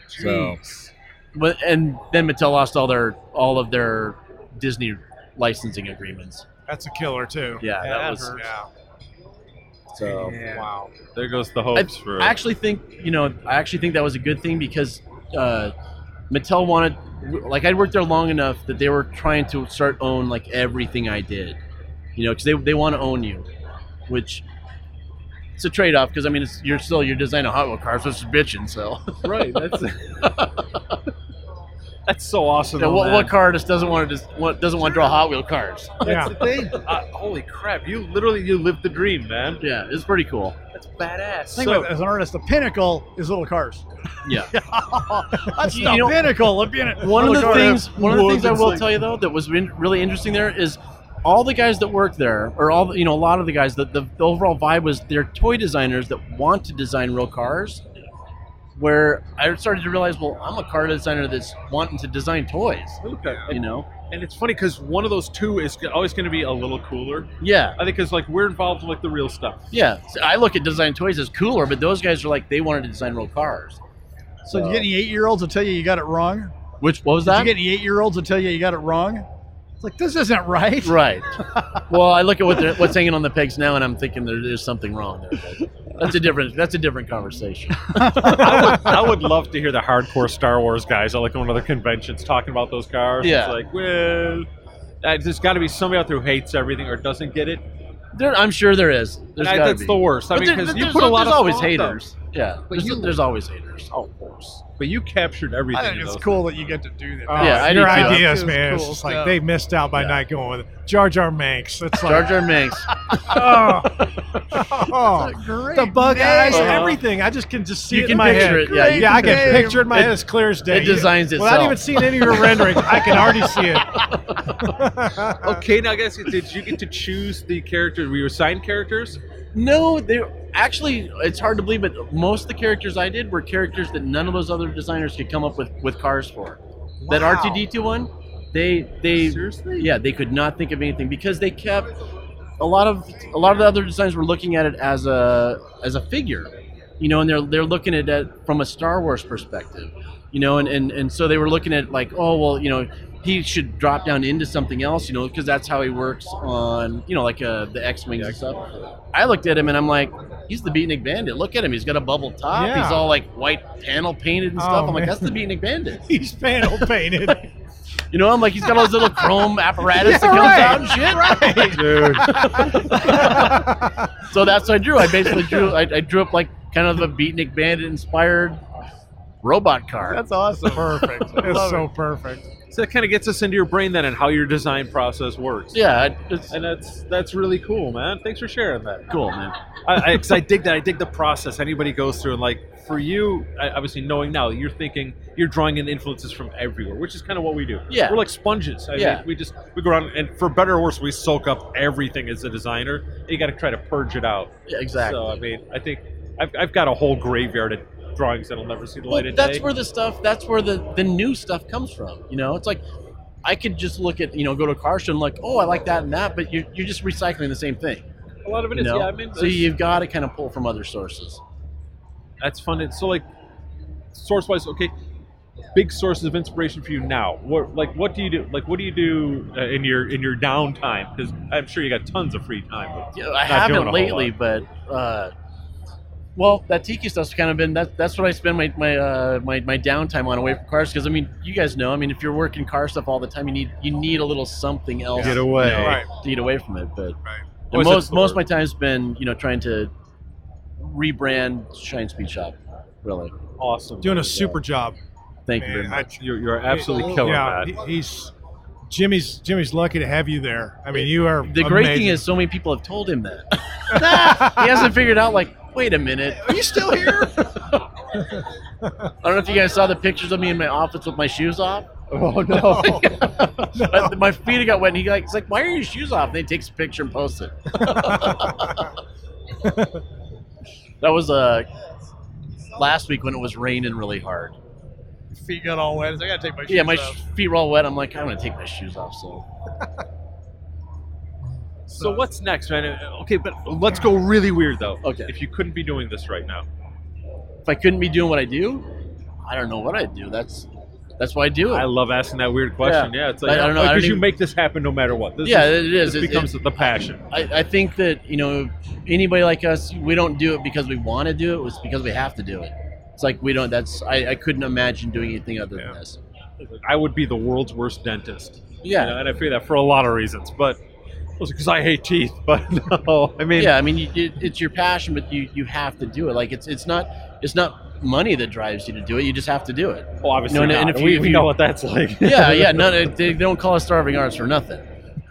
S2: So, but and then Mattel lost all their all of their Disney licensing agreements.
S4: That's a killer too.
S2: Yeah, that
S4: that
S2: was-
S4: hurts.
S2: So
S4: Wow.
S5: there goes the
S2: I,
S5: hopes for.
S2: I
S5: [laughs]
S2: actually think you know I actually think that was a good thing because uh, Mattel wanted like I'd worked there long enough that they were trying to start own like everything I did, you know, because they they want to own you, which. It's a trade-off because I mean it's, you're still you're designing a Hot Wheel car, so it's bitching. So
S5: right. [laughs] That's that's so awesome.
S2: Yeah,
S5: though,
S2: what,
S5: man.
S2: what car artist doesn't want to just, want, doesn't want to draw Hot Wheel
S3: [laughs]
S2: cars?
S6: That's
S4: Yeah.
S6: the thing.
S5: Uh, holy crap! You literally you lived the dream, man.
S2: yeah, it's pretty cool.
S5: That's badass.
S3: Think about it, as an artist, the pinnacle is little cars.
S2: [laughs] Yeah.
S3: [laughs] That's
S2: You
S3: the
S2: know-
S3: pinnacle. The pinna-
S2: One of
S3: little
S2: the
S3: car-
S2: things, one of the
S3: Woods,
S2: things I
S3: it's
S2: will
S3: like-
S2: tell you though that was re- really interesting there is all the guys that work there, or all the, you know, a lot of the guys. The, the, the overall vibe was they're toy designers that want to design real cars. Where I started to realize, well, I'm a car designer that's wanting to design toys.
S5: okay.
S2: You know,
S5: and it's funny because one of those two is always going to be a little cooler.
S2: Yeah.
S5: I think because like we're involved in like the real stuff.
S2: Yeah, so I look at design toys as cooler, but those guys are like they wanted to design real cars.
S3: So, do you get any eight-year-olds to tell you you got it wrong?
S2: Which what was
S3: Did
S2: that?
S3: you get any eight-year-olds to tell you you got it wrong? It's like this isn't right.
S2: right. well, I look at what they're- what's hanging on the pegs now, and I'm thinking there is something wrong there. but That's a different. That's a different conversation.
S5: I would love to hear the hardcore Star Wars guys at like one of the conventions talking about those cars.
S2: Yeah.
S5: It's like, well, uh, there's got to be somebody out there who hates everything or doesn't get it.
S2: There, I'm sure there is. There's
S5: And I-
S2: gotta
S5: that's
S2: be.
S5: the worst. I
S2: But
S5: mean,
S2: there-
S5: because you
S2: there's-
S5: put a lot
S2: there's
S5: of
S2: always
S5: thought, though.
S2: haters. Yeah, there's,
S5: you-
S2: there's always haters.
S5: Oh, of course. But you captured everything.
S3: I think
S5: in
S3: it's
S5: those
S3: cool that you get to do that.
S4: Oh,
S2: Yeah, I
S4: your
S2: do too.
S4: ideas,
S3: That
S4: man.
S3: feels
S4: It's
S3: cool
S4: just like
S3: stuff.
S4: they missed out by
S2: Yeah.
S4: not going with it. Jar Jar Manx.
S2: [laughs]
S4: It's
S2: Jar
S4: like
S2: Jar
S5: [laughs]
S2: Minx.
S3: [laughs]
S4: oh,
S3: That's
S4: oh.
S3: a great
S4: the bug
S3: name.
S4: eyes,
S2: Uh-huh.
S4: everything. I just can just see
S2: You
S4: it
S2: can
S4: in my
S2: picture
S4: head.
S2: it, yeah, you
S4: yeah, I
S3: can
S4: can
S3: picture
S4: picture it in my
S2: it.
S4: head as clear as day.
S2: It designs
S4: Without
S2: itself.
S4: even seeing any of your renderings, I can already see it.
S5: stuff. Okay, now guys, did you get to choose the characters? Were you assigned characters?
S2: No, they actually it's hard to believe, but most of the characters I did were characters that none of those other designers could come up with with cars for. That
S4: Wow.
S2: R two D two one, they they
S5: Seriously?
S2: yeah they could not think of anything because they kept a lot of a lot of the other designers were looking at it as a as a figure, you know, and they're they're looking at it from a Star Wars perspective, you know, and and and so they were looking at like oh well you know. He should drop down into something else, you know, because that's how he works on, you know, like uh, the X wings and stuff. I looked at him and I'm like, he's the Beatnik Bandit. Look at him. He's got a bubble top.
S4: Yeah.
S2: He's all like white panel painted and stuff.
S4: Oh,
S2: I'm like,
S4: man.
S2: that's the Beatnik Bandit.
S4: [laughs] He's panel painted.
S2: You know, I'm like, he's got all
S4: [laughs]
S2: his little chrome apparatus that comes
S4: right.
S2: out and shit. So that's what I drew. I basically drew, I, I drew up like kind of a Beatnik Bandit inspired robot car.
S3: That's awesome.
S4: perfect. It's so perfect.
S5: So that kind of gets us into your brain then and how your design process works.
S2: yeah. I- It's
S5: And that's that's really cool, man. Thanks for sharing that.
S2: cool, man.
S5: I, I, 'cause I dig that. I dig the process anybody goes through. And like for you, I, obviously knowing now, you're thinking you're drawing in influences from everywhere, which is kind of what we do.
S2: Yeah.
S5: we're like sponges. I mean,
S2: Yeah.
S5: we just we go around and for better or worse, we soak up everything as a designer. And you got to try to purge it out.
S2: Yeah, exactly.
S5: So I mean, I think I've, I've got a whole graveyard of drawings that'll never see the
S2: Well,
S5: light of
S2: that's
S5: day.
S2: where the stuff that's where the the new stuff comes from you know it's like i could just look at you know go to a car show and like oh i like that and that but you're, you're just recycling the same thing
S5: a lot of it
S2: you
S5: is.
S2: know?
S5: Yeah, I mean,
S2: so you've got to kind of pull from other sources
S5: that's fun. And so like source wise, okay. Big sources of inspiration for you now. What like what do you do? Like what do you do uh, in your in your downtime? Because I'm sure you got tons of free time. But
S2: Yeah, I
S5: Not doing
S2: haven't
S5: a whole
S2: lately, but uh, well, that tiki stuff's kind of been that. That's what I spend my my uh, my, my downtime on away from cars because I mean, you guys know. I mean, if you're working car stuff all the time, you need you need a little something else
S6: Get away.
S2: you know,
S4: Right.
S2: to get away from it. But the
S5: Or is it
S2: most
S5: the
S2: most of my
S5: word?
S2: time's been you know trying to rebrand Shine Speed Shop. Really,
S5: awesome.
S4: Doing a super job.
S2: thank you very
S4: Man,
S2: much.
S4: I,
S5: You're, you're
S2: Oh,
S5: absolutely killing
S4: yeah,
S5: that.
S4: he- he's Jimmy's. Jimmy's lucky to have you there. I mean, you are
S2: The great
S4: amazing.
S2: thing is, so many people have told
S4: [laughs]
S2: him that [laughs] he hasn't figured out. Like, wait a minute,
S3: Are you still here?
S2: I don't know if you guys saw the pictures of me in my office with my shoes
S5: [laughs]
S2: off. Oh [laughs] no! my feet got wet, and he like, he's like, "Why are your shoes off?" And he takes a picture and posts
S5: [laughs]
S2: it. that was uh, last week when it was raining really hard.
S3: Feet got all wet. I gotta take my shoes
S2: Yeah, my
S3: off.
S2: sh- feet were all wet. I'm like, I'm gonna take my shoes off. So uh,
S5: So what's next, man? Uh, Okay, but let's go really weird though.
S2: Okay.
S5: If you couldn't be doing this right now,
S2: if I couldn't be doing what I do, I don't know what I'd do. That's that's why I do it.
S5: I love asking that weird question. Yeah, it's like
S2: I- I don't know, I don't
S5: because you
S2: even-
S5: make this happen no matter what. This
S2: yeah,
S5: is,
S2: it is.
S5: this
S2: It- it-
S5: becomes the passion.
S2: I, I think that you know anybody like us, we don't do it because we want to do it. It's because we have to do it. It's like we don't. That's I, I couldn't imagine doing anything other than
S5: Yeah.
S2: this.
S5: I would be the world's worst dentist.
S2: Yeah,
S5: You know, and I figure that for a lot of reasons, but because I hate teeth. [laughs] But no, I mean,
S2: yeah. I mean, you, you, it's your passion, but you you have to do it. Like it's it's not it's not money that drives you to do it. You just have to do it.
S5: well, obviously,
S2: No, no,
S5: not.
S2: and if
S5: we,
S2: you- if
S5: we
S2: you-
S5: know what that's like. [laughs]
S2: yeah, yeah. No, they, they don't call us starving artists for nothing,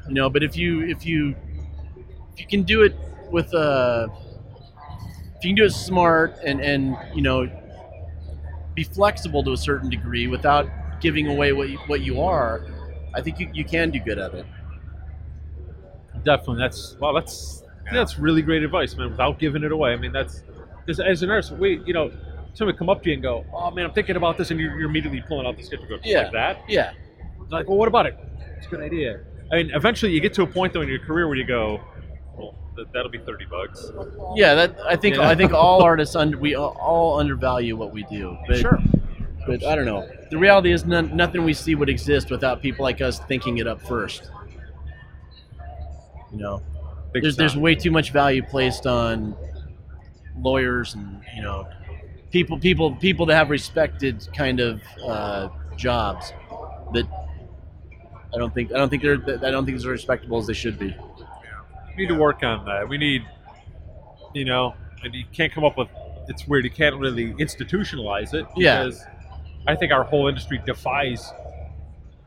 S2: you know. But if you if you if you can do it with uh, if you can do it smart and and you know be flexible to a certain degree without giving away what you, what you are, I think you, you can do good at it.
S5: Definitely, that's wow. That's that's really great advice, man. Without giving it away, I mean, that's as, as an artist, we you know, somebody come up to you and go, "Oh man, I'm thinking about this," and you're, you're immediately pulling out the sketchbook
S2: Yeah.
S5: like that.
S2: Yeah,
S5: It's like, well, what about it? It's a good idea. I mean, eventually you get to a point though in your career where you go, well, th- that'll be thirty bucks.
S2: Yeah, that I think
S5: Yeah.
S2: I think all artists under we all- all undervalue what we do. But,
S4: Sure.
S2: but I don't know. The reality is, none, nothing we see would exist without people like us thinking it up first. You know,
S5: Big
S2: there's there's
S5: time.
S2: way too much value placed on lawyers and you know people people people that have respected kind of uh, jobs that I don't think I don't think they're I don't think they're as respectable as they should be.
S5: we need to work on that. We need, you know, and you can't come up with. It's weird. You can't really institutionalize it
S2: Yeah.
S5: because I think our whole industry defies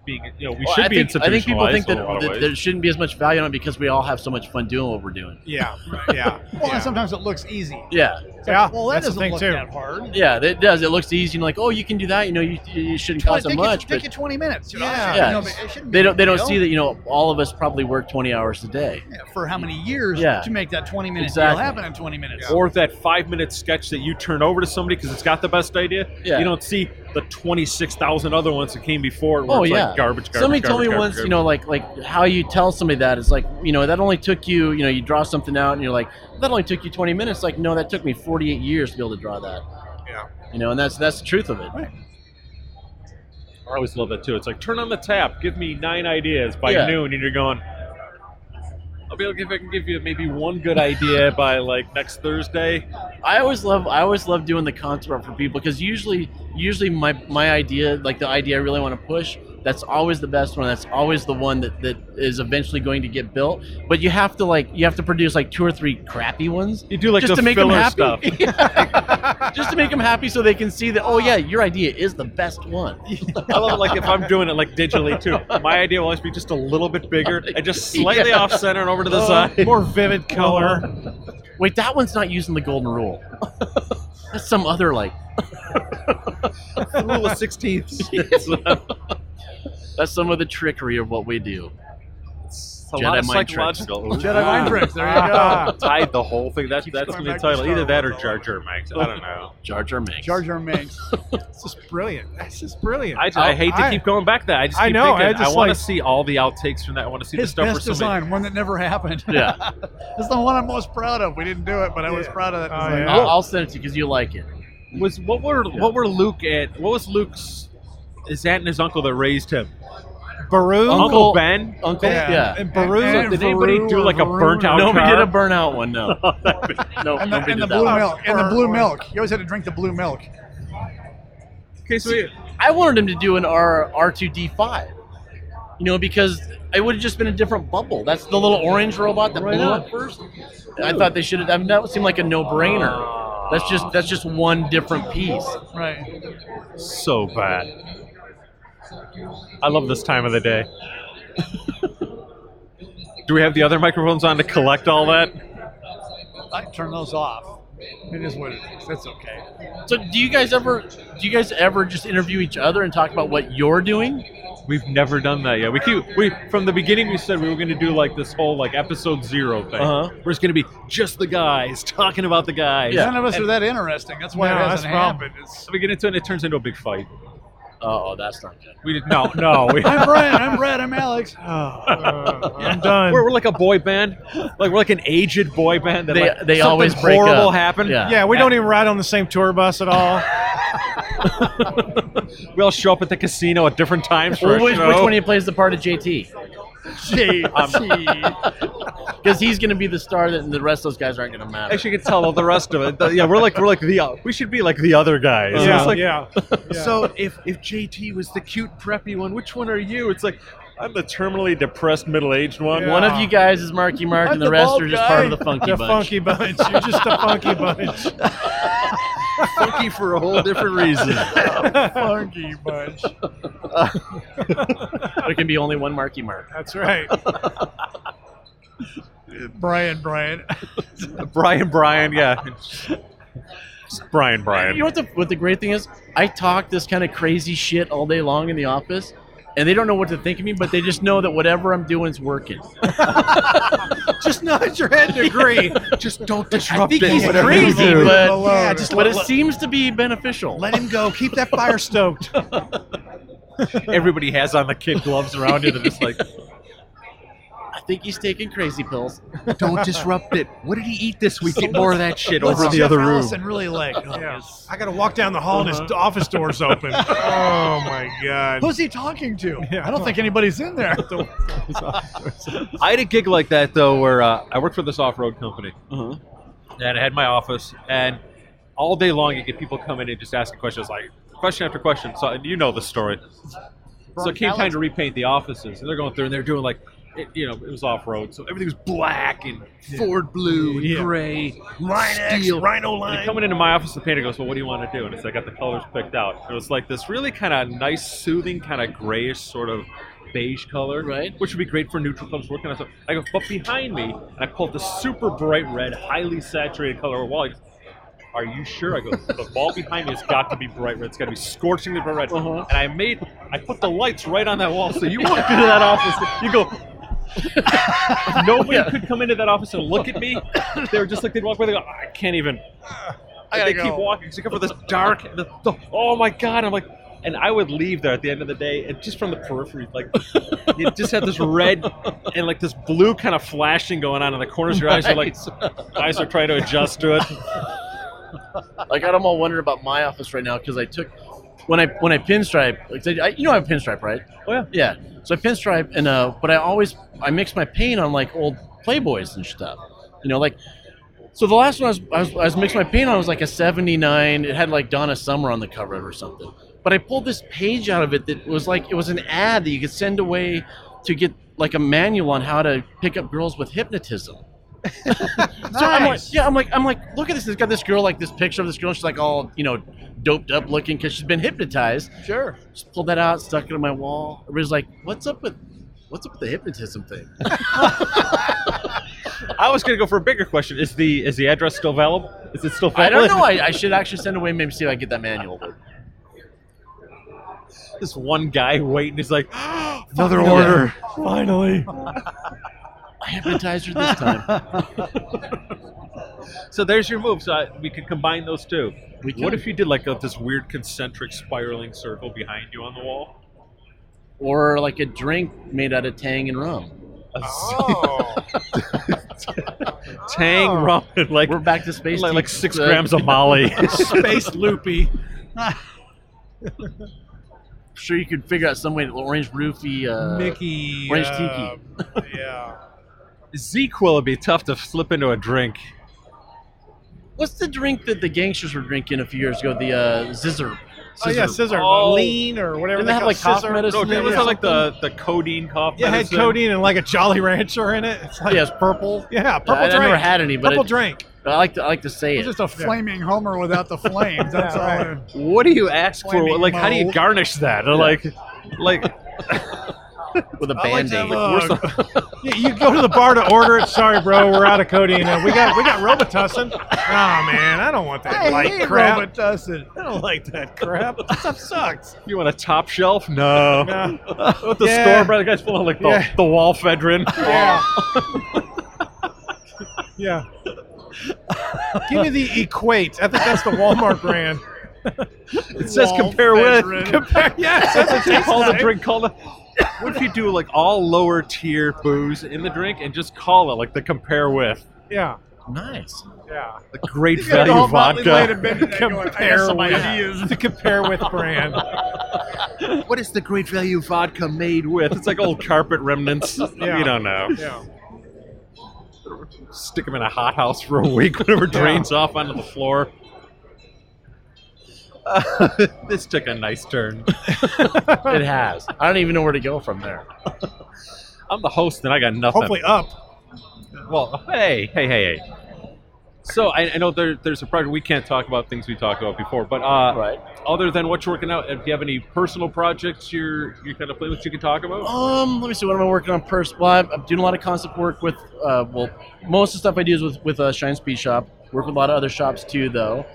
S5: being. You know, we
S2: Well,
S5: should
S2: I
S5: be
S2: think, I think
S5: institutionalized.
S2: people think
S5: in
S2: that,
S5: a lot of
S2: that
S5: ways.
S2: there shouldn't be as much value on it because we all have so much fun doing what we're doing.
S4: Yeah. Yeah.
S3: Well, and sometimes it looks easy.
S2: Yeah,
S3: It's
S4: Yeah,
S3: well, that
S4: that's the
S3: doesn't
S4: thing,
S3: look
S4: too.
S3: that hard.
S2: yeah, it does. It looks easy and like, oh, you can do that. You know, you, you shouldn't
S3: Well,
S2: cost so
S3: it take
S2: much,
S3: You,
S2: but
S3: take you 20 minutes. You know?
S4: Yeah.
S3: You know,
S2: Yes.
S3: but it shouldn't
S2: they
S3: be a
S2: don't they don't
S3: big
S2: see
S3: deal.
S2: that. You know, all of us probably work twenty hours a day.
S3: Yeah, for how many years
S2: Yeah.
S3: to make that 20 minute
S2: Exactly.
S3: deal happen in 20 minutes.
S5: or that five minute sketch that you turn over to somebody because it's got the best idea.
S2: Yeah.
S5: You don't see the 26,000 other ones that came before. Where
S2: Oh,
S5: it's
S2: yeah.
S5: Like garbage, garbage.
S2: somebody
S5: garbage,
S2: told me
S5: garbage,
S2: once,
S5: garbage.
S2: you know, like like how you tell somebody that is like, you know, that only took you, you know, you draw something out and you're like, that only took you twenty minutes. Like, no, that took me forty eight years to be able to draw that.
S4: Yeah.
S2: You know, and that's that's the truth of it.
S5: I always love that too. It's like, turn on the tap, give me nine ideas by
S2: Yeah.
S5: noon, and you're going, I'll be able to give, I can give you maybe one good idea by like next Thursday.
S2: I always love I always love doing the concept art for people because usually usually my my idea like the idea I really want to push that's always the best one that's always the one that that is eventually going to get built but you have to like you have to produce like two or three crappy ones
S5: You do like
S2: just
S5: the
S2: to make them
S5: filler
S2: happy [laughs]
S5: stuff.
S2: Yeah. just to make them happy so they can see that oh yeah your idea is the best one
S5: I love it, like if I'm doing it like digitally too. My idea will always be just a little bit bigger and just slightly off center and over to the side.
S4: More vivid color.
S2: wait that one's not using the golden rule [laughs] that's some other
S5: [laughs]
S2: like
S5: Rule of sixteenths.
S2: [laughs] that's some of the trickery of what we do
S5: It's a
S2: Jedi
S5: lot of
S2: mind tricks.
S5: psychological.
S3: Jedi mind tricks. There you go.
S4: [laughs] Ah.
S5: tied the whole thing. That's
S3: Keeps
S5: that's
S3: going
S5: gonna be
S3: back
S5: the
S3: to
S5: title.
S3: Star
S5: Either that or
S3: Wars,
S5: Jar Jar Max. I don't know.
S2: Jar Jar Binks
S3: Jar Jar [laughs] Binks.
S4: This is brilliant. This is brilliant.
S5: I, I hate to keep going back. to That I just
S4: I
S5: keep
S4: know,
S5: Thinking,
S4: I just
S5: want
S4: like-
S5: to see all the outtakes from that. I want to see
S3: His
S5: the stuff where
S3: best
S5: somebody.
S3: design, one that never happened.
S2: yeah
S3: [laughs] It's the one I'm most proud of. We didn't do it, but I was
S4: Yeah.
S3: proud of that
S4: Oh,
S3: design.
S4: yeah.
S2: I'll, I'll send it to you because you like it
S5: Was what were what were Luke at? What was Luke's? His aunt and his uncle that raised him.
S4: Baru.
S5: Uncle, Ben.
S2: Uncle
S3: Yeah.
S2: yeah.
S4: And Baru.
S3: And- and
S5: Did anybody
S3: Varun
S5: do
S3: or
S5: like a
S3: Varun
S5: burnt
S3: or-
S5: out?
S2: No, we
S5: car?
S2: did a burnout one. No,
S5: [laughs]
S2: [laughs] no,
S3: And the,
S2: nobody
S3: and the
S2: did that
S3: blue
S2: one.
S3: milk. And the blue
S4: Or-
S3: milk. You always had to drink the blue milk.
S5: Okay, so we-
S2: I wanted him to do an R R two D five. You know, because it would have just been a different bubble. That's the little orange robot that blew up first. And I thought they should have. I mean, that seemed like a no brainer. That's just that's just one different piece.
S3: Right.
S5: so bad. I love this time of the day. [laughs] Do we have the other microphones on to collect all that?
S3: I turn those off. It is what it is. That's okay.
S2: So, do you guys ever do you guys ever just interview each other and talk about what you're doing?
S5: We've never done that yet. We keep we from the beginning we said we were going to do like this whole like episode zero thing.
S2: Uh-huh.
S5: Where it's going to be just the guys talking about the guys.
S2: Yeah.
S3: None of us are that interesting. That's why
S4: No,
S3: it
S4: that's
S3: hasn't
S4: the problem.
S3: happened. It's,
S5: So we get into it and it turns into a big fight.
S2: Oh, that's not good.
S5: We did no no.
S4: [laughs]
S5: We,
S3: I'm Brian. I'm Brad. I'm Alex.
S4: Oh, uh, I'm done.
S5: we're, we're like a boy band, like we're like an aged boy band. That
S2: They
S5: like,
S2: they
S5: something
S2: always break
S5: horrible
S2: up.
S5: happened.
S2: Yeah.
S4: yeah, we don't even ride on the same tour bus at all.
S5: We all show up at the casino at different times for
S2: Well,
S5: a
S2: which,
S5: show.
S2: which one of you plays the part of JT? [laughs] Because he's going to be the star that the rest of those guys aren't going to matter.
S5: Actually, you can tell all the rest of it. The- yeah, we're like we're like the uh, we should be like the other guys.
S4: yeah,
S5: It's like,
S4: yeah.
S5: So if if JT was the cute preppy one, which one are you? It's like I'm the terminally depressed middle aged one.
S4: Yeah.
S2: One of you guys is Marky Mark,
S3: I'm
S2: and the,
S3: the
S2: rest
S3: bald
S2: are just
S3: guy.
S2: part of the funky
S4: the
S2: bunch.
S4: funky bunch. You're just a funky bunch.
S5: funky for a whole different reason.
S4: funky bunch.
S2: [laughs] There can be only one Marky Mark.
S4: That's right.
S3: Brian. Brian.
S5: Brian, Brian, yeah. It's Brian,
S2: You know
S5: Brian.
S2: what the what the great thing is? I talk this kind of crazy shit all day long in the office, and they don't know what to think of me, but they just know that whatever I'm doing is working.
S4: just nod your head to agree.
S5: Just don't disrupt
S2: think
S5: it.
S2: he's
S5: whatever you
S2: crazy,
S5: do.
S2: but
S4: alone.
S2: but it seems to be beneficial.
S4: Let him go. Keep that fire stoked.
S5: everybody has on the kid gloves around it, and it's like,
S2: I think he's taking crazy pills.
S5: [laughs] don't disrupt it. What did he eat this week? Get more of that shit
S3: What's
S5: over in the
S3: Jeff
S5: other room.
S3: Allison really like? Oh,
S4: Yeah.
S3: yes.
S4: I got to walk down the hall and his office door's open. oh my god.
S3: Who's he talking to?
S4: [laughs] Yeah.
S3: I don't think anybody's in there.
S5: I had a gig like that though, where uh, I worked for this off-road company,
S2: Uh-huh.
S5: and I had my office, and all day long you get people come in and just asking questions, like question after question. So and you know the story. So it came time to repaint the offices, and they're going through and they're doing like, it, you know, it was off-road, so everything was black and Ford blue and
S4: Yeah.
S5: gray,
S4: Rhino
S5: steel.
S4: Rhino
S5: And
S4: line.
S5: coming into my office, the painter goes, "Well, what do you want to do?" And it's like, "I got the colors picked out." It was like this really kind of nice, soothing, kind of grayish sort of beige color,
S2: Right.
S5: Which would be great for neutral clubs working on stuff. I go, but behind me, and I pulled the super bright red, highly saturated color wall. He goes, Are you sure? I go, the wall behind me has got to be bright red. It's got to be scorchingly bright red.
S2: Uh-huh.
S5: And I made, I put the lights right on that wall. So you walked into that office, you go, Nobody could come into that office and look at me. They were just like they'd walk by. They go, I can't even. I they keep walking. Except for this dark. The, the, oh my god! I'm like, and I would leave there at the end of the day, and just from the periphery, like you just had this red and like this blue kind of flashing going on in the corners of your eyes. You're like, eyes are trying to adjust to it.
S2: Like I'm all wondering about my office right now because I took when I when I pinstripe, like, I, you know I have pinstripe, right?
S5: Oh, yeah.
S2: Yeah. So I pinstripe and uh, but I always I mix my paint on like old Playboys and stuff. You know, like so the last one I was I was, I was mixing my paint on was like a '79. It had like Donna Summer on the cover of it or something. But I pulled this page out of it that was like it was an ad that you could send away to get like a manual on how to pick up girls with hypnotism. So I'm like, yeah, I'm like, I'm like, look at this. It's got this girl, like this picture of this girl. She's like all, you know, doped up looking because she's been hypnotized.
S3: sure.
S2: Just pulled that out, stuck it on my wall. Everybody's like, what's up with, what's up with the hypnotism
S5: [laughs]
S2: thing?
S5: I was gonna go for a bigger question. Is the is the address still valid? Is it still
S2: I
S5: valid?
S2: don't know. I, I should actually send away, maybe see if I can get that manual.
S5: This one guy waiting. He's like, "Oh,
S4: Another
S2: order.
S4: Finally.
S2: I hypnotized her this
S5: [laughs]
S2: time.
S5: so there's your move. So I, we could combine those two.
S2: We
S5: What
S2: could.
S5: if you did like a, this weird concentric spiraling circle behind you on the wall?
S2: Or like a drink made out of tang and rum.
S5: A
S4: Oh.
S5: tang rum and like,
S2: We're back to space.
S5: like,
S2: tea.
S5: like six
S2: Uh,
S5: grams
S2: [laughs]
S5: of Molly.
S4: Space loopy.
S2: I'm sure you could figure out some way to orange roofy. Uh,
S4: Mickey.
S2: orange
S4: uh, yeah.
S5: Zequel would be tough to slip into a drink.
S2: What's the drink that the gangsters were drinking a few years ago? The uh, zizzer.
S4: Oh yeah,
S2: Scissor.
S4: scissor,
S5: Oh.
S4: lean or whatever
S2: Didn't
S4: they
S2: they have,
S4: call
S2: like, cough
S4: scissor.
S2: medicine?
S5: No,
S2: Yeah,
S5: it was
S2: yeah.
S5: like the, the codeine cough
S4: Yeah, it had
S5: medicine.
S4: codeine and like a Jolly Rancher in it. It's like,
S2: Yeah, it's purple.
S4: yeah, purple
S2: I, I
S4: drink.
S2: never had any, but
S4: purple
S2: it-
S4: drink.
S2: I like to I like to say
S3: It's
S2: it.
S3: just a flaming Homer without the flames. That's
S4: Yeah,
S3: all.
S4: right.
S5: What do you ask for?
S3: Flaming
S5: Like, how do you
S3: Mo.
S5: garnish that? Or Like,
S4: [laughs]
S5: like
S2: with a
S4: I like
S2: band
S4: to
S2: aid.
S4: have Yeah, you go to the bar to order it. Sorry, bro, we're out of codeine. now. We got we got Robitussin. Oh man, I don't want that
S3: I
S4: light
S3: hate
S4: crap.
S3: Robitussin.
S4: I don't like that crap. That stuff sucks.
S5: you want a top shelf? No.
S4: No.
S5: With the
S4: Yeah.
S5: store, brother, guys full of like the,
S4: Yeah.
S5: the wall
S4: [laughs]
S5: Fedrin.
S4: Yeah. yeah. Give me the Equate. I think that's the Walmart brand.
S5: It says
S3: Wall
S5: compare with. [laughs]
S3: Fedrin.
S5: Compare. Yeah, it says it call the
S4: nice.
S5: drink. Call the. What if you do like all lower tier booze in the drink and just call it like the compare with
S4: Yeah.
S2: Nice.
S4: Yeah.
S5: the great
S3: You got the
S5: value
S3: whole Motley Lane
S5: vodka?
S3: in bed today going, I got
S4: Compare
S3: some
S4: with.
S3: ideas.
S4: The compare with brand.
S2: uh,
S5: What is the great value vodka made with? It's like old carpet remnants. We don't know.
S4: [laughs] Yeah.
S5: Stick them in a hot house for a week. Whatever drains off onto
S2: [laughs]
S5: the floor. Uh, this took a nice turn.
S2: It has. I don't even know where to go from there.
S5: I'm the host, and I got nothing.
S4: Hopefully up.
S5: Well, hey, hey, hey, hey. So I, I know there, there's a project we can't talk about things we talked about before, but uh,
S2: Right.
S5: other than what you're working out, if you have any personal projects you're you kind of play with, you can talk about.
S2: Um, let me see. What am I working on first? Well, I'm, I'm doing a lot of concept work with. Uh, well, most of the stuff I do is with with uh, Shine Speed Shop. Work with a lot of other shops too, though.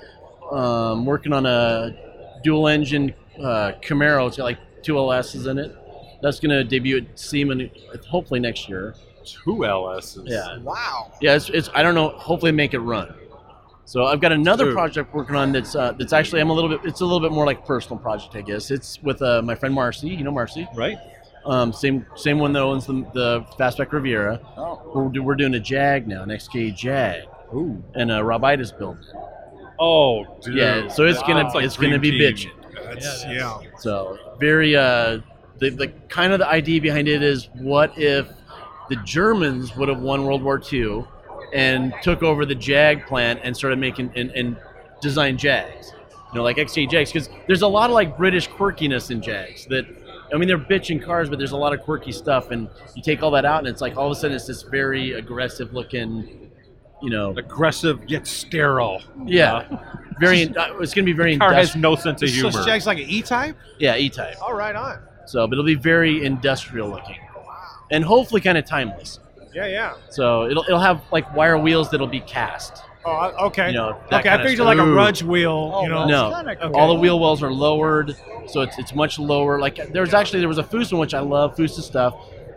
S2: Um, working on a dual engine uh, Camaro. It's got like two LSs in it. That's gonna debut at SEMA hopefully next year.
S5: Two LSs.
S2: Yeah.
S3: Wow.
S2: Yeah. It's, it's I don't know. Hopefully make it run. So I've got another
S5: Dude.
S2: project working on that's uh, that's actually I'm a little bit it's a little bit more like personal project I guess. It's with uh, my friend Marcy. You know Marcy,
S5: right?
S2: um, same same one that owns the, the Fastback Riviera. We're, do- we're doing a Jag now, an XK Jag,
S5: Ooh.
S2: and uh, Rob Ida's building. it.
S5: Oh, dude.
S2: Yeah, so it's gonna
S5: That's like
S2: it's gonna be
S5: dream team.
S2: bitching.
S4: That's, yeah,
S2: So very uh, the, the kind of the idea behind it is what if the Germans would have won World War II and took over the Jag plant and started making and, and designed Jags, you know, like XJ Jags, because there's a lot of like British quirkiness in Jags that. I mean, they're bitching cars, but there's a lot of quirky stuff, and you take all that out, and it's like all of a sudden it's this very aggressive looking, you know,
S5: Aggressive yet sterile.
S2: yeah, very. uh, it's gonna be very.
S5: Car has
S2: industri-
S5: no sense of humor.
S4: So Jack's like an E-type.
S2: yeah, E type.
S4: All right, on.
S2: So, but it'll be very industrial looking, and hopefully kind of timeless.
S4: Yeah, yeah.
S2: So it'll it'll have like wire wheels that'll be cast.
S4: Oh, I- okay.
S2: You know, that
S4: okay, I
S2: kinda
S4: figured
S2: stuff.
S4: like a
S2: Ooh.
S4: Rudge wheel. you know,
S2: No.
S3: Oh, Kinda
S4: Okay.
S2: All the wheel wells are lowered, so it's it's much lower. Like there's actually there was a Fusa which I love Fusa stuff,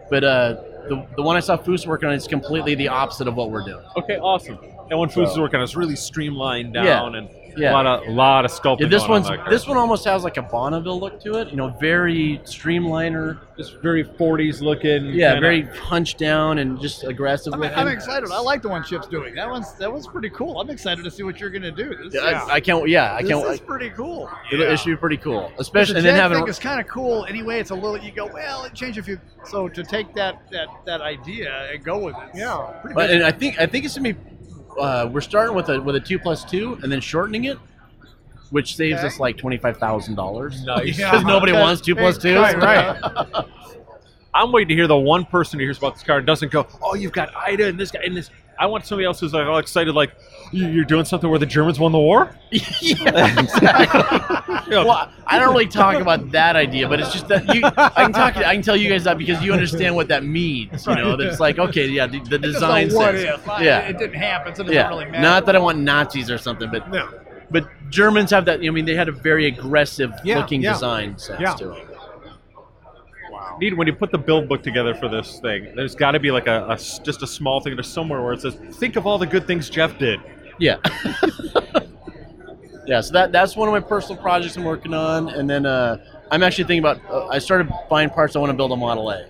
S2: but uh, the the one I saw Fusa working on is completely the opposite of what we're doing.
S5: Okay, awesome. And when food's working, it's really streamlined
S2: Yeah.
S5: down and
S2: Yeah.
S5: a lot of lot of sculpting.
S2: Yeah, this
S5: going on
S2: one's
S5: in that car.
S2: this one almost has like a Bonneville look to it. You know, very streamliner.
S5: just very 40s looking.
S2: Yeah,
S4: uh,
S5: kinda-
S2: very hunched down and just aggressive
S3: I'm,
S2: looking.
S3: I'm excited. I like the one Chip's doing. That one's that one's pretty cool. I'm excited to see what you're gonna do. This,
S2: Yeah, I, I can't. Yeah, I
S3: this
S2: can't.
S3: is pretty cool.
S2: It, it should be pretty cool,
S3: But the
S2: especially and then
S3: Jag
S2: having
S3: thing is kind of cool anyway. It's a little you go well, it changed a few. So to take that that that idea and go with it,
S4: Yeah.
S3: pretty
S2: But,
S3: much.
S2: and I think I think it's gonna be. Uh, we're starting with a with a two plus two, and then shortening it, which saves
S3: Okay.
S2: us like twenty five thousand dollars. [laughs]
S5: nice.
S2: Because nobody wants two plus two.
S4: Right,
S2: [laughs]
S4: right.
S5: I'm waiting to hear the one person who hears about this car and doesn't go, "Oh, you've got Ida and this guy and this." I want somebody else who's like all excited, like, "You- "You're doing something where the Germans won the war."
S2: yeah, exactly.
S5: Yeah.
S2: well, I don't really talk about that idea, but it's just that you, I can talk. I can tell you guys that because you understand what that means. You know, that it's like okay, yeah, the, the
S3: It's just
S2: design.
S3: a what
S2: sense.
S3: if. I-
S2: Yeah.
S3: it didn't happen, so it doesn't
S2: Yeah,
S3: really matter.
S2: not that I want Nazis or something, but
S4: No.
S2: but Germans have that. I mean, they had a very aggressive
S4: Yeah,
S2: looking
S4: yeah.
S2: design sense
S4: Yeah.
S2: to it.
S5: Need when you put the build book together for this thing. There's got to be like a, a s- just a small thing. There's somewhere where it says, "Think of all the good things Jeff did."
S2: Yeah. [laughs] yeah, so that that's one of my personal projects I'm working on, and then uh, I'm actually thinking about. Uh, I started buying parts. I want to build a Model A.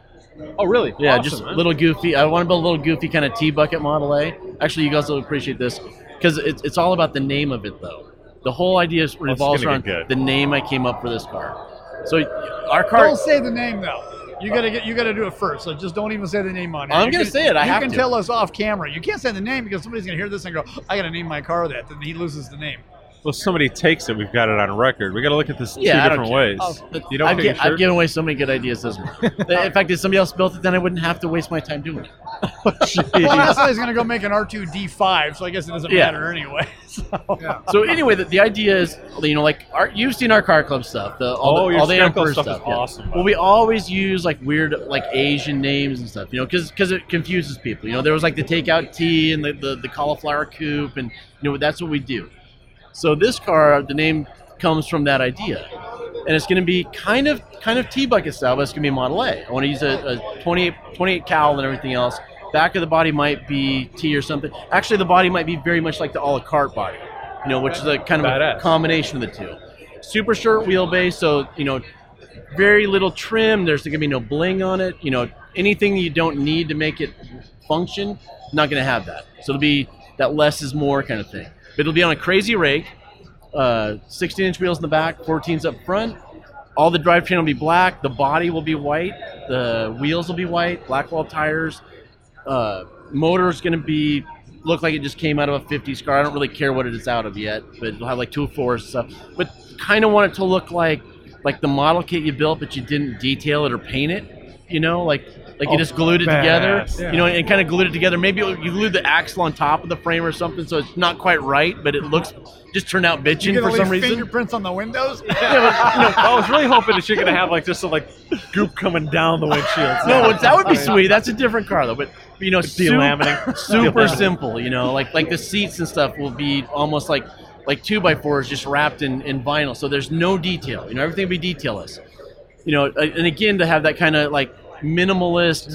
S5: Oh, really?
S2: Yeah, just
S5: man.
S2: little goofy. I want to build a little goofy kind of T bucket Model A. Actually, you guys will appreciate this because it's it's all about the name of it though. The whole idea is revolves
S5: gonna
S2: around
S5: get good.
S2: the name I came up for this car. So our car.
S3: Don't say the name though. You gotta get you gotta do it first. So just don't even say the name on it.
S2: I'm
S3: You
S2: gonna
S3: can-
S2: say it. I
S3: you
S2: have
S3: can
S2: to.
S3: tell us off camera. You can't say the name because somebody's gonna hear this and go, "I gotta name my car that." Then he loses
S2: [laughs]
S3: the name.
S5: Well, if somebody takes it. We've got it on record. We got to look at this
S2: Yeah, I
S5: two
S2: don't
S5: different
S2: care.
S5: ways. You don't
S2: Oh, I've,
S5: take
S2: gi-
S5: a shirt?
S2: I've given away so many good ideas this
S5: [laughs]
S2: month. In fact, if somebody else built it, then I wouldn't have to waste my time doing it.
S3: Well, now somebody's gonna go make an R2D5, so I guess it doesn't
S2: Yeah.
S3: matter anyway. [laughs] So,
S2: so anyway, the, the idea is, you know, like our, you've seen our car club stuff, the all
S5: Oh,
S2: the,
S5: your
S2: all the
S5: Snack Club
S2: Emperor
S5: stuff is
S2: yeah.
S5: awesome.
S2: Well, we always use like weird like Asian names and stuff, you know, because it confuses people. You know, there was like the takeout tea and the, the, the cauliflower coupe, and you know that's what we do. So this car, the name comes from that idea, and it's going to be kind of kind of tea bucket style, but it's going to be a Model A. I want to use a, a 28, 28 cowl and everything else. Back of the body might be tea or something. Actually, the body might be very much like the a la carte body, you know, which is a kind of a
S5: Badass.
S2: combination of the two. Super short wheelbase, so you know, very little trim. There's going to be no bling on it. You know, anything you don't need to make it function, not going to have that. So it'll be that less is more kind of thing. But it'll be on a crazy rake, uh, 16 inch wheels in the back, 14s up front. All the drivetrain will be black. The body will be white. The wheels will be white. Black wall tires. Uh, motor is going to be look like it just came out of a 50s car. I don't really care what it is out of yet, but it'll have like two fours and stuff. But kind of want it to look like like the model kit you built, but you didn't detail it or paint it. You know, like like you just glued it together.
S5: badass.
S2: You know, and kind of glued it together. Maybe you glued the axle on top of the frame or something, so it's not quite right, but it looks just turned out
S3: you
S2: bitching
S3: gonna
S2: for some
S3: leave
S2: reason.
S3: fingerprints on
S2: [laughs]
S3: the windows?
S5: I was really hoping that you're gonna have like just some like goop coming down the windshield.
S2: No, it's- that would be sweet. That's a different car though. But you know, super,
S5: Delaminating.
S2: super simple. You know, like like the seats and stuff will be almost like like two by fours just wrapped in, in vinyl. So there's no detail. You know, everything will be detailless. You know, a- and again to have that kind of like minimalist,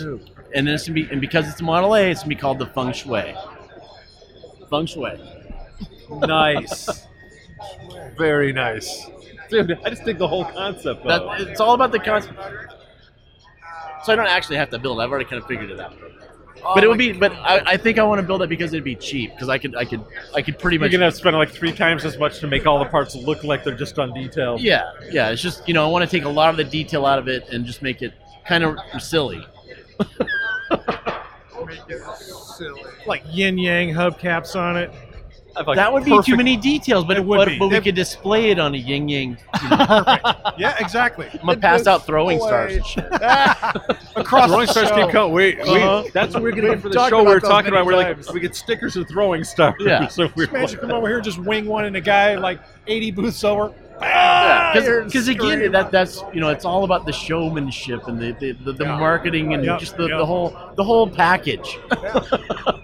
S2: and then it's gonna be and because it's a Model A, it's gonna be called the Feng Shui. Feng Shui.
S4: Nice. Very nice.
S5: Dude, I just dig the whole concept.
S2: That,
S5: Though.
S2: it's all about the concept. So I don't actually have to build. I've already kind of figured it out.
S4: Oh
S2: but it would be. But I, I think I want to build it because it'd be cheap. Because I could, I could, I could pretty
S5: You're
S2: much.
S5: gonna spend like three times as much to make all the parts look like they're just undetailed.
S2: yeah, yeah. It's just you know I want to take a lot of the detail out of it and just make it kind of silly.
S4: Like yin yang hubcaps on it.
S5: I've, like,
S2: that would be too
S5: perfect-
S2: many details. But
S4: It would
S2: but,
S4: be.
S2: but we
S4: It-
S2: could display it on a yin yang.
S4: Yeah, exactly.
S2: I'm gonna pass out throwing stars. and shit.
S3: Across
S4: Rolling Stars
S3: show.
S4: keep coming. Wait,
S5: Uh-huh. That's what we're gonna do for the
S3: talked
S5: show. We
S3: about
S5: We're
S3: those
S5: talking
S3: many
S5: about. We're
S3: times.
S5: like we get stickers with throwing stars.
S2: Yeah.
S5: [laughs] so we're
S4: Imagine
S5: like,
S4: come over here, just wing one and a guy like 80 booths [laughs] over.
S2: Because again, that that's you know it's all about the showmanship and the the, the, the
S4: Yeah.
S2: marketing and
S4: Yep,
S2: just the,
S4: yep.
S2: the whole the whole package.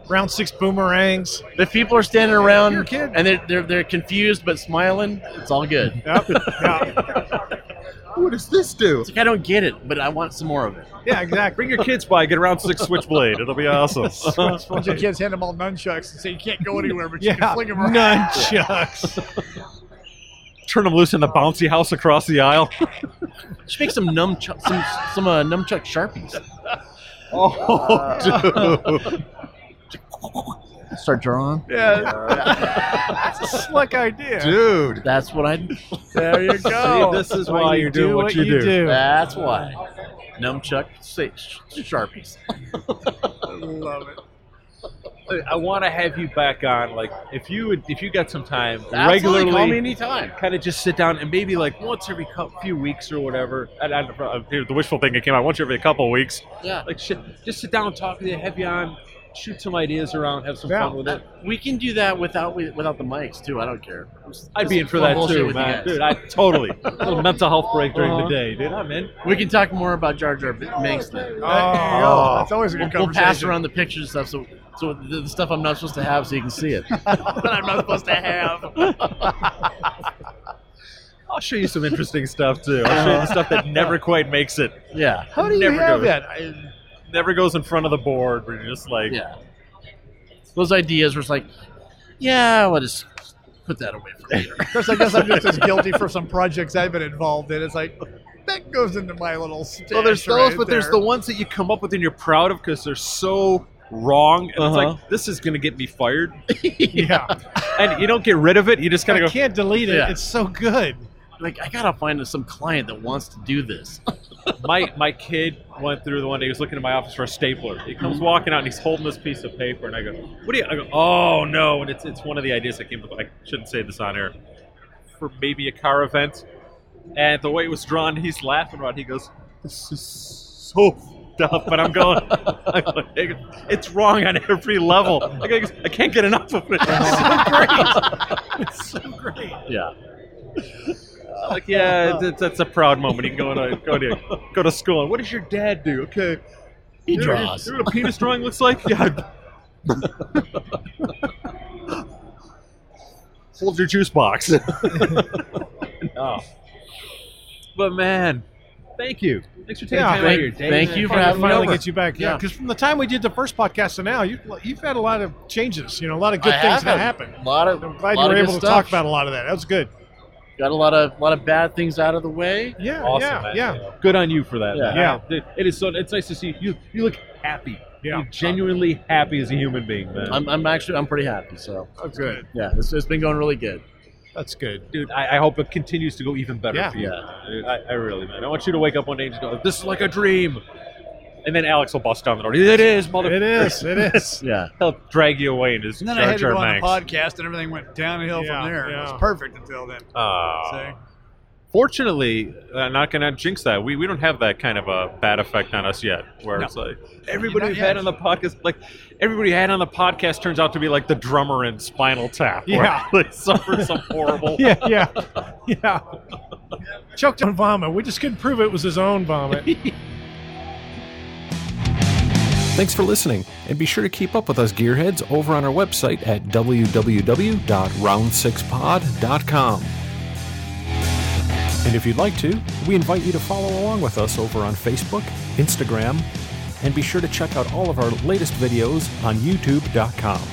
S4: Round six boomerangs.
S2: If people are standing around
S4: You're a kid.
S2: and they're, they're they're confused but smiling, it's all
S5: [laughs]
S2: good.
S4: Yep. yeah.
S5: what does this do?
S2: It's like I don't get it, but I want some more of it.
S4: yeah, exactly.
S5: Bring your kids by. Get around six switchblade. It'll be awesome. [laughs]
S3: bunch of kids hand them all nunchucks and say you can't go anywhere, but you
S4: Yeah.
S3: can fling them around.
S4: Nunchucks.
S5: Turn them loose in the bouncy house across the aisle. [laughs]
S2: Just make some numchuck some some uh, numchuck sharpies.
S5: Oh, dude.
S2: Start drawing.
S3: That's a slick idea.
S5: dude.
S2: That's what I.
S3: There you go.
S5: See, this is why you do what you do.
S2: That's why. Numchuck sa- sh- sharpies.
S3: Love it.
S5: I want to have you back on. Like, if you would, if you got some time
S2: Absolutely,
S5: regularly,
S2: Call me anytime.
S5: kind of just sit down and maybe like once every cou- few weeks or whatever. I, I, don't know, the wishful thinking came out once every couple of weeks.
S2: Yeah.
S5: Like, shit, just sit down, talk to you, have you on, shoot some ideas around, have some
S4: Yeah.
S5: fun with it.
S2: Uh, We can do that without without the mics too. I don't care.
S5: I'd be in for
S2: Fun
S5: that
S2: bullshit
S5: too,
S2: with you
S5: man.
S2: guys.
S5: Dude, I totally. A little mental health break during the day, dude. I'm in.
S2: We can talk more about Jar Jar Binks then.
S4: Oh.
S3: There you go. That's always a
S2: We'll,
S3: good
S2: we'll
S3: conversation.
S2: pass around the pictures and stuff so so the, the stuff I'm not supposed to have so you
S4: [laughs]
S2: can see it. [laughs]
S3: that I'm not supposed to have.
S5: I'll show you some interesting stuff too. I'll show you the stuff that never quite makes it,
S2: Yeah.
S3: How do you
S5: Never
S3: have
S5: do.
S3: that? I,
S5: never goes in front of the board. Where you're just like,
S2: Yeah. Those ideas were just like, yeah, we'll just put that away
S4: [laughs]
S2: for later.
S3: of course, I guess I'm just as guilty for some projects I've been involved in. It's like that goes into my little.
S5: Well, there's
S3: stash
S5: those,
S3: right
S5: but there's
S3: there.
S5: the ones that you come up with and you're proud of because they're so wrong. And
S2: Uh-huh.
S5: it's like, this is going to get me fired.
S4: Yeah.
S5: and you don't get rid of it. You just kind
S4: I
S5: of go,
S4: can't delete it.
S2: Yeah.
S4: It's so good.
S2: like, I gotta find some client that wants to do this. [laughs]
S5: my, my kid went through the one day. He was looking at my office for a stapler. He comes walking out and he's holding this piece of paper. And I go, what do you, I go, oh no. And it's, it's one of the ideas that came up. I shouldn't say this on air. For maybe a car event. And the way it was drawn, he's laughing about it. He goes, this is so [laughs] stuff. But I'm going, [laughs] I'm going, it's wrong on every level. I go, I can't get enough of it. It's so great. It's so great.
S2: Yeah.
S5: I'm like, yeah, it's- it's- that's a proud moment. You can go to go to go to school. And what does your dad do? Okay,
S2: He
S5: You know-
S2: draws.
S5: You know what a penis drawing looks like? [laughs] Yeah. Hold your juice
S4: [laughs]
S5: box. no. But man, thank you. Thanks for taking
S4: Yeah,
S5: time out of
S2: thank-
S5: your day.
S2: thank
S5: man.
S2: you for
S4: Fun to
S2: having me
S4: finally
S2: over.
S4: get you back. Yeah,
S2: Yeah.
S4: because from the time we did the first podcast to now, you've you've had a lot of changes. You know, a lot of good
S2: I
S4: things
S2: have
S4: that
S2: had
S4: happened.
S2: A lot of,
S4: I'm glad you
S2: lot
S4: were
S2: of good
S4: able to
S2: stuff.
S4: talk about a lot of that. That was good.
S2: got a lot of lot of bad things out of the way.
S4: Yeah,
S5: Awesome,
S4: yeah,
S5: man.
S4: yeah.
S5: Good on you for that.
S2: Yeah.
S5: man. Dude, It is so. It's nice to see you. You look happy.
S4: Yeah.
S5: You're genuinely happy as a human being, man.
S2: I'm, I'm actually I'm pretty happy. So
S4: Oh, good.
S2: yeah, it's, it's been going really good.
S4: That's good.
S5: dude, I, I hope it continues to go even better
S4: Yeah.
S5: for you. Dude, I, I really, man. I want you to wake up one day and just go, this is like a dream. And then Alex will bust down the door. It is, mother.
S4: It
S5: [laughs]
S4: is. It is.
S2: Yeah.
S5: He'll drag you away and just
S3: And then
S5: Jar
S3: I had to
S5: Jar
S3: go on the
S5: Binks.
S3: podcast, and everything went downhill
S4: Yeah,
S3: from there. It
S4: yeah.
S3: was perfect until then.
S5: Aw.
S3: See?
S5: Fortunately, I'm not going to jinx that. We, we don't have that kind of a bad effect on us yet, where it's like everybody
S3: Not
S5: we've
S3: yet.
S5: had on the podcast, like everybody had on the podcast, turns out to be like the drummer in Spinal Tap. where
S4: Yeah.
S5: [laughs] they suffered some horrible.
S4: Yeah, yeah, [laughs] yeah. Choked on vomit. We just couldn't prove it was his own vomit.
S1: Thanks for listening, and be sure to keep up with us gearheads over on our website at www.round6pod.com. And if you'd like to, we invite you to follow along with us over on Facebook, Instagram, and be sure to check out all of our latest videos on youtube.com.